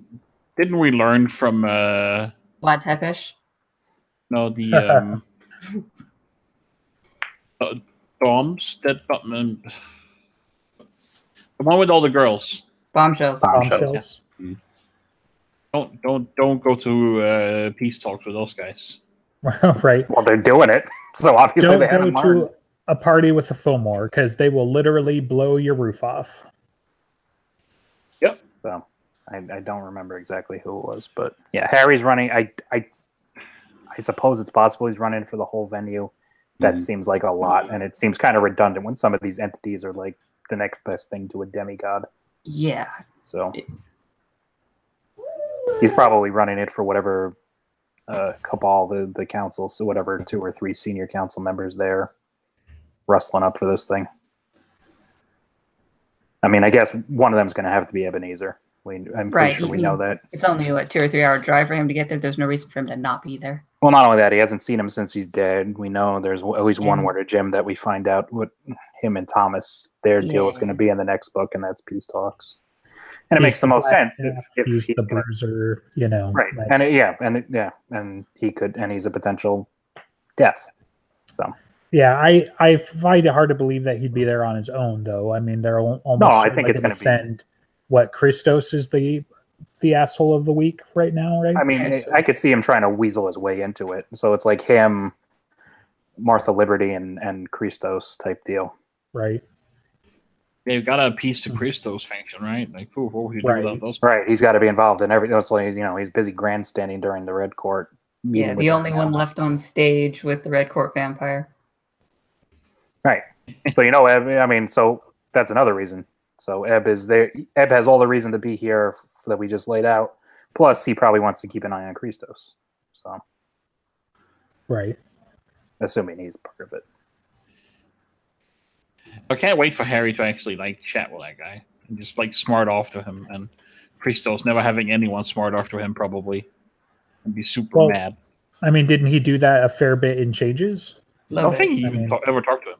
Speaker 2: Didn't we learn from uh
Speaker 3: Vlad Tepesh.
Speaker 2: no the um uh, Doms that um, the one with all the girls.
Speaker 3: Bombshells.
Speaker 5: bombshells.
Speaker 4: Bombshells.
Speaker 2: Don't don't don't go to uh peace talks with those guys.
Speaker 4: right.
Speaker 5: Well, they're doing it, so obviously
Speaker 4: Don't
Speaker 5: they haven't
Speaker 4: go
Speaker 5: learned.
Speaker 4: to a party with a Fomor because they will literally blow your roof off.
Speaker 5: So I, I don't remember exactly who it was, but yeah, Harry's running. I I I suppose it's possible he's running for the whole venue. That
Speaker 1: Mhm.
Speaker 5: seems like a lot, and it seems kind of redundant when some of these entities are like the next best thing to a demigod.
Speaker 3: Yeah.
Speaker 5: So he's probably running it for whatever uh, cabal the the council, so whatever two or three senior council members there rustling up for this thing. I mean, I guess one of them's going to have to be Ebenezer. We, I'm
Speaker 3: Right,
Speaker 5: pretty sure
Speaker 3: you
Speaker 5: we
Speaker 3: mean-
Speaker 5: know that.
Speaker 3: It's only what two or three hour drive for him to get there. There's no reason for him to not be there.
Speaker 5: Well, not only that, he hasn't seen him since he's dead. We know there's at least one
Speaker 3: Yeah.
Speaker 5: word of Jim that we find out what him and Thomas their deal is
Speaker 3: Yeah.
Speaker 5: going to be in the next book, and that's peace talks. And it
Speaker 4: He's
Speaker 5: makes the most
Speaker 4: black
Speaker 5: sense if,
Speaker 4: enough,
Speaker 5: if
Speaker 4: he's
Speaker 5: he's
Speaker 4: the
Speaker 5: gonna-
Speaker 4: bruiser, you know.
Speaker 5: right,
Speaker 4: like-
Speaker 5: and it- yeah, and it- yeah, and he could, and he's a potential death. So
Speaker 4: yeah, I I find it hard to believe that he'd be there on his own, though. I mean, they're al- almost
Speaker 5: I think
Speaker 4: certainly
Speaker 5: it's
Speaker 4: gonna
Speaker 5: gonna
Speaker 4: send what Christos is the the asshole of the week right now, right?
Speaker 5: I mean,
Speaker 3: Yes.
Speaker 5: I could see him trying to weasel his way into it. So it's like him, Martha Liberty, and and Christos type deal.
Speaker 4: right.
Speaker 2: They've got a piece
Speaker 3: Mm.
Speaker 2: to Christos function, right? Like, who, what would you do
Speaker 4: Right.
Speaker 2: without those?
Speaker 5: Right, he's got to be involved in every. That's why he's you know he's busy grandstanding during the Red Court. meeting
Speaker 3: Yeah,
Speaker 5: with
Speaker 3: the
Speaker 5: them
Speaker 3: only
Speaker 5: now.
Speaker 3: one left on stage with the Red Court vampire.
Speaker 5: so you know eb i mean so that's another reason so eb is there eb has all the reason to be here f- that we just laid out plus he probably wants to keep an eye on christos so
Speaker 4: Right.
Speaker 5: assuming he's part of it
Speaker 2: I can't wait for Harry to actually like chat with that guy and just like smart off to him. And Christos never having anyone smart off to him probably and be super
Speaker 4: Well,
Speaker 2: mad.
Speaker 4: I mean, didn't he do that a fair bit in changes?
Speaker 2: I
Speaker 3: Love
Speaker 2: don't
Speaker 3: it.
Speaker 2: think he
Speaker 4: I
Speaker 2: even
Speaker 4: mean-
Speaker 2: talk, ever talked to him.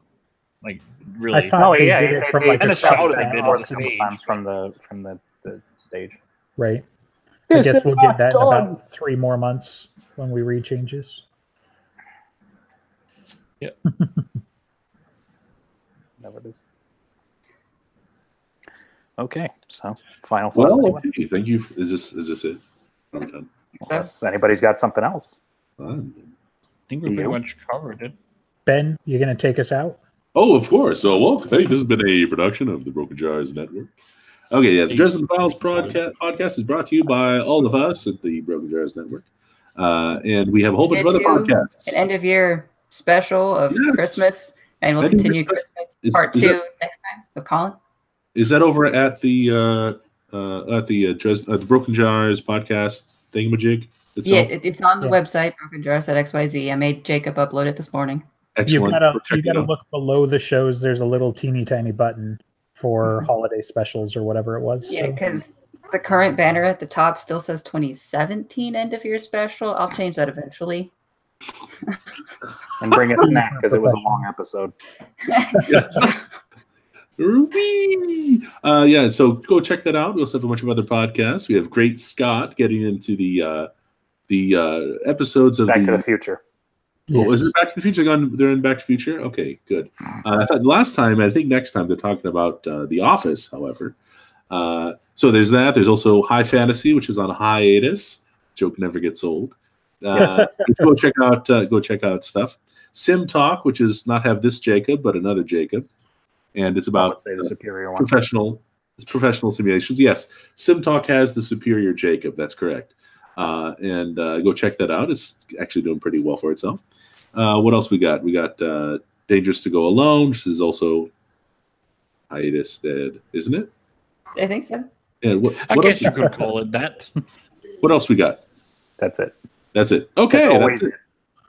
Speaker 2: Like really,
Speaker 4: I thought
Speaker 5: No,
Speaker 4: they
Speaker 5: yeah,
Speaker 4: did
Speaker 5: Uh, it-
Speaker 4: it from
Speaker 5: it-
Speaker 4: like
Speaker 2: and
Speaker 4: the
Speaker 2: it's shouted
Speaker 4: crowd
Speaker 2: a bit
Speaker 4: down
Speaker 2: on
Speaker 5: Or
Speaker 2: the
Speaker 4: to
Speaker 5: a
Speaker 4: the
Speaker 5: couple
Speaker 2: stage.
Speaker 5: times from the from the, the stage
Speaker 4: right. I guess we'll get that in about three more months when we read changes.
Speaker 5: That what it is. okay so final thoughts
Speaker 1: Mm-hmm. Well,
Speaker 5: anyone?
Speaker 1: okay. Thank you. f- Is this is this it? Are we done?
Speaker 5: unless anybody's got something else
Speaker 1: Fine.
Speaker 2: I think we pretty
Speaker 5: you?
Speaker 2: much covered it.
Speaker 4: Ben, you gonna take us out?
Speaker 1: Oh, of course. Oh, well, hey, this has been a production of the Broken Jars Network. Okay, yeah, the Dresden Files broadca- podcast is brought to you by all of us at the Broken Jars Network. Uh, and we have a whole bunch of other
Speaker 3: Get to
Speaker 1: podcasts.
Speaker 3: An end of year special of
Speaker 1: Yes.
Speaker 3: Christmas, and we'll
Speaker 1: End of year
Speaker 3: continue
Speaker 1: special.
Speaker 3: Christmas
Speaker 1: Is-
Speaker 3: part
Speaker 1: is
Speaker 3: two
Speaker 1: that-
Speaker 3: next time with Colin.
Speaker 1: Is that over at the uh, uh, at the uh, Dresden, uh, the Broken Jars podcast thingamajig?
Speaker 3: Yeah,
Speaker 1: Itself?
Speaker 3: it, it's on the
Speaker 4: Yeah.
Speaker 3: website, brokenjars.xyz. I made Jacob upload it this morning.
Speaker 1: Excellent.
Speaker 4: You gotta
Speaker 1: Go check
Speaker 4: you
Speaker 1: it
Speaker 4: gotta
Speaker 1: out.
Speaker 4: look below the shows. There's a little teeny tiny button for holiday specials or whatever it was.
Speaker 3: Yeah,
Speaker 4: so-
Speaker 3: because the current banner at the top still says 2017 end of year special. I'll change that eventually.
Speaker 5: and bring a snack because it was a long episode
Speaker 1: Wee! Uh, yeah, so go check that out. We also have a bunch of other podcasts. We have Great Scott getting into the uh, the uh, episodes of
Speaker 5: back to the future
Speaker 1: Oh, is
Speaker 4: Yes.
Speaker 1: it Back to the Future? Gone? They're in Back to the Future. Okay, good. Uh, I thought last time, I think next time they're talking about uh, The Office. However, uh, so there's that. There's also High Fantasy, which is on hiatus. Joke never gets old. Uh, so go check out uh, go check out stuff. Sim Talk, which is not have this Jacob but another Jacob, and it's
Speaker 5: i
Speaker 1: about
Speaker 5: would say the
Speaker 1: uh,
Speaker 5: superior one
Speaker 1: professional it's professional simulations. Yes, SimTalk has the superior Jacob. That's correct. Uh, and uh, go check that out. It's actually doing pretty well for itself. Uh, what else we got? We got uh, Dangerous to Go Alone. This is also hiatus dead, isn't it?
Speaker 3: I think so.
Speaker 1: And what,
Speaker 2: I
Speaker 1: what, else,
Speaker 2: guess you could call it that.
Speaker 1: what else we got?
Speaker 5: that's it
Speaker 1: That's it. Okay,
Speaker 5: that's
Speaker 1: that's
Speaker 5: always
Speaker 1: it.
Speaker 5: it.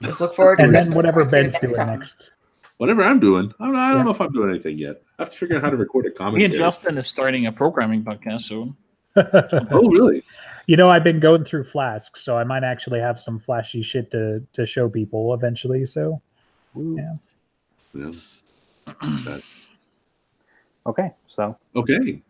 Speaker 3: Just look forward to
Speaker 4: and then
Speaker 3: Christmas
Speaker 4: whatever
Speaker 3: part two
Speaker 4: Ben's doing
Speaker 3: time.
Speaker 4: next.
Speaker 1: Whatever I'm doing, I don't, I don't
Speaker 4: Yeah.
Speaker 1: know if I'm doing anything yet. I have to figure out how to record a
Speaker 2: Me and
Speaker 1: commentary.
Speaker 2: Justin is starting a programming podcast soon.
Speaker 1: oh, really?
Speaker 4: you know, I've been going through flasks, so I might actually have some flashy shit to to show people eventually. So
Speaker 1: Yeah. Sad.
Speaker 5: okay so
Speaker 1: Okay.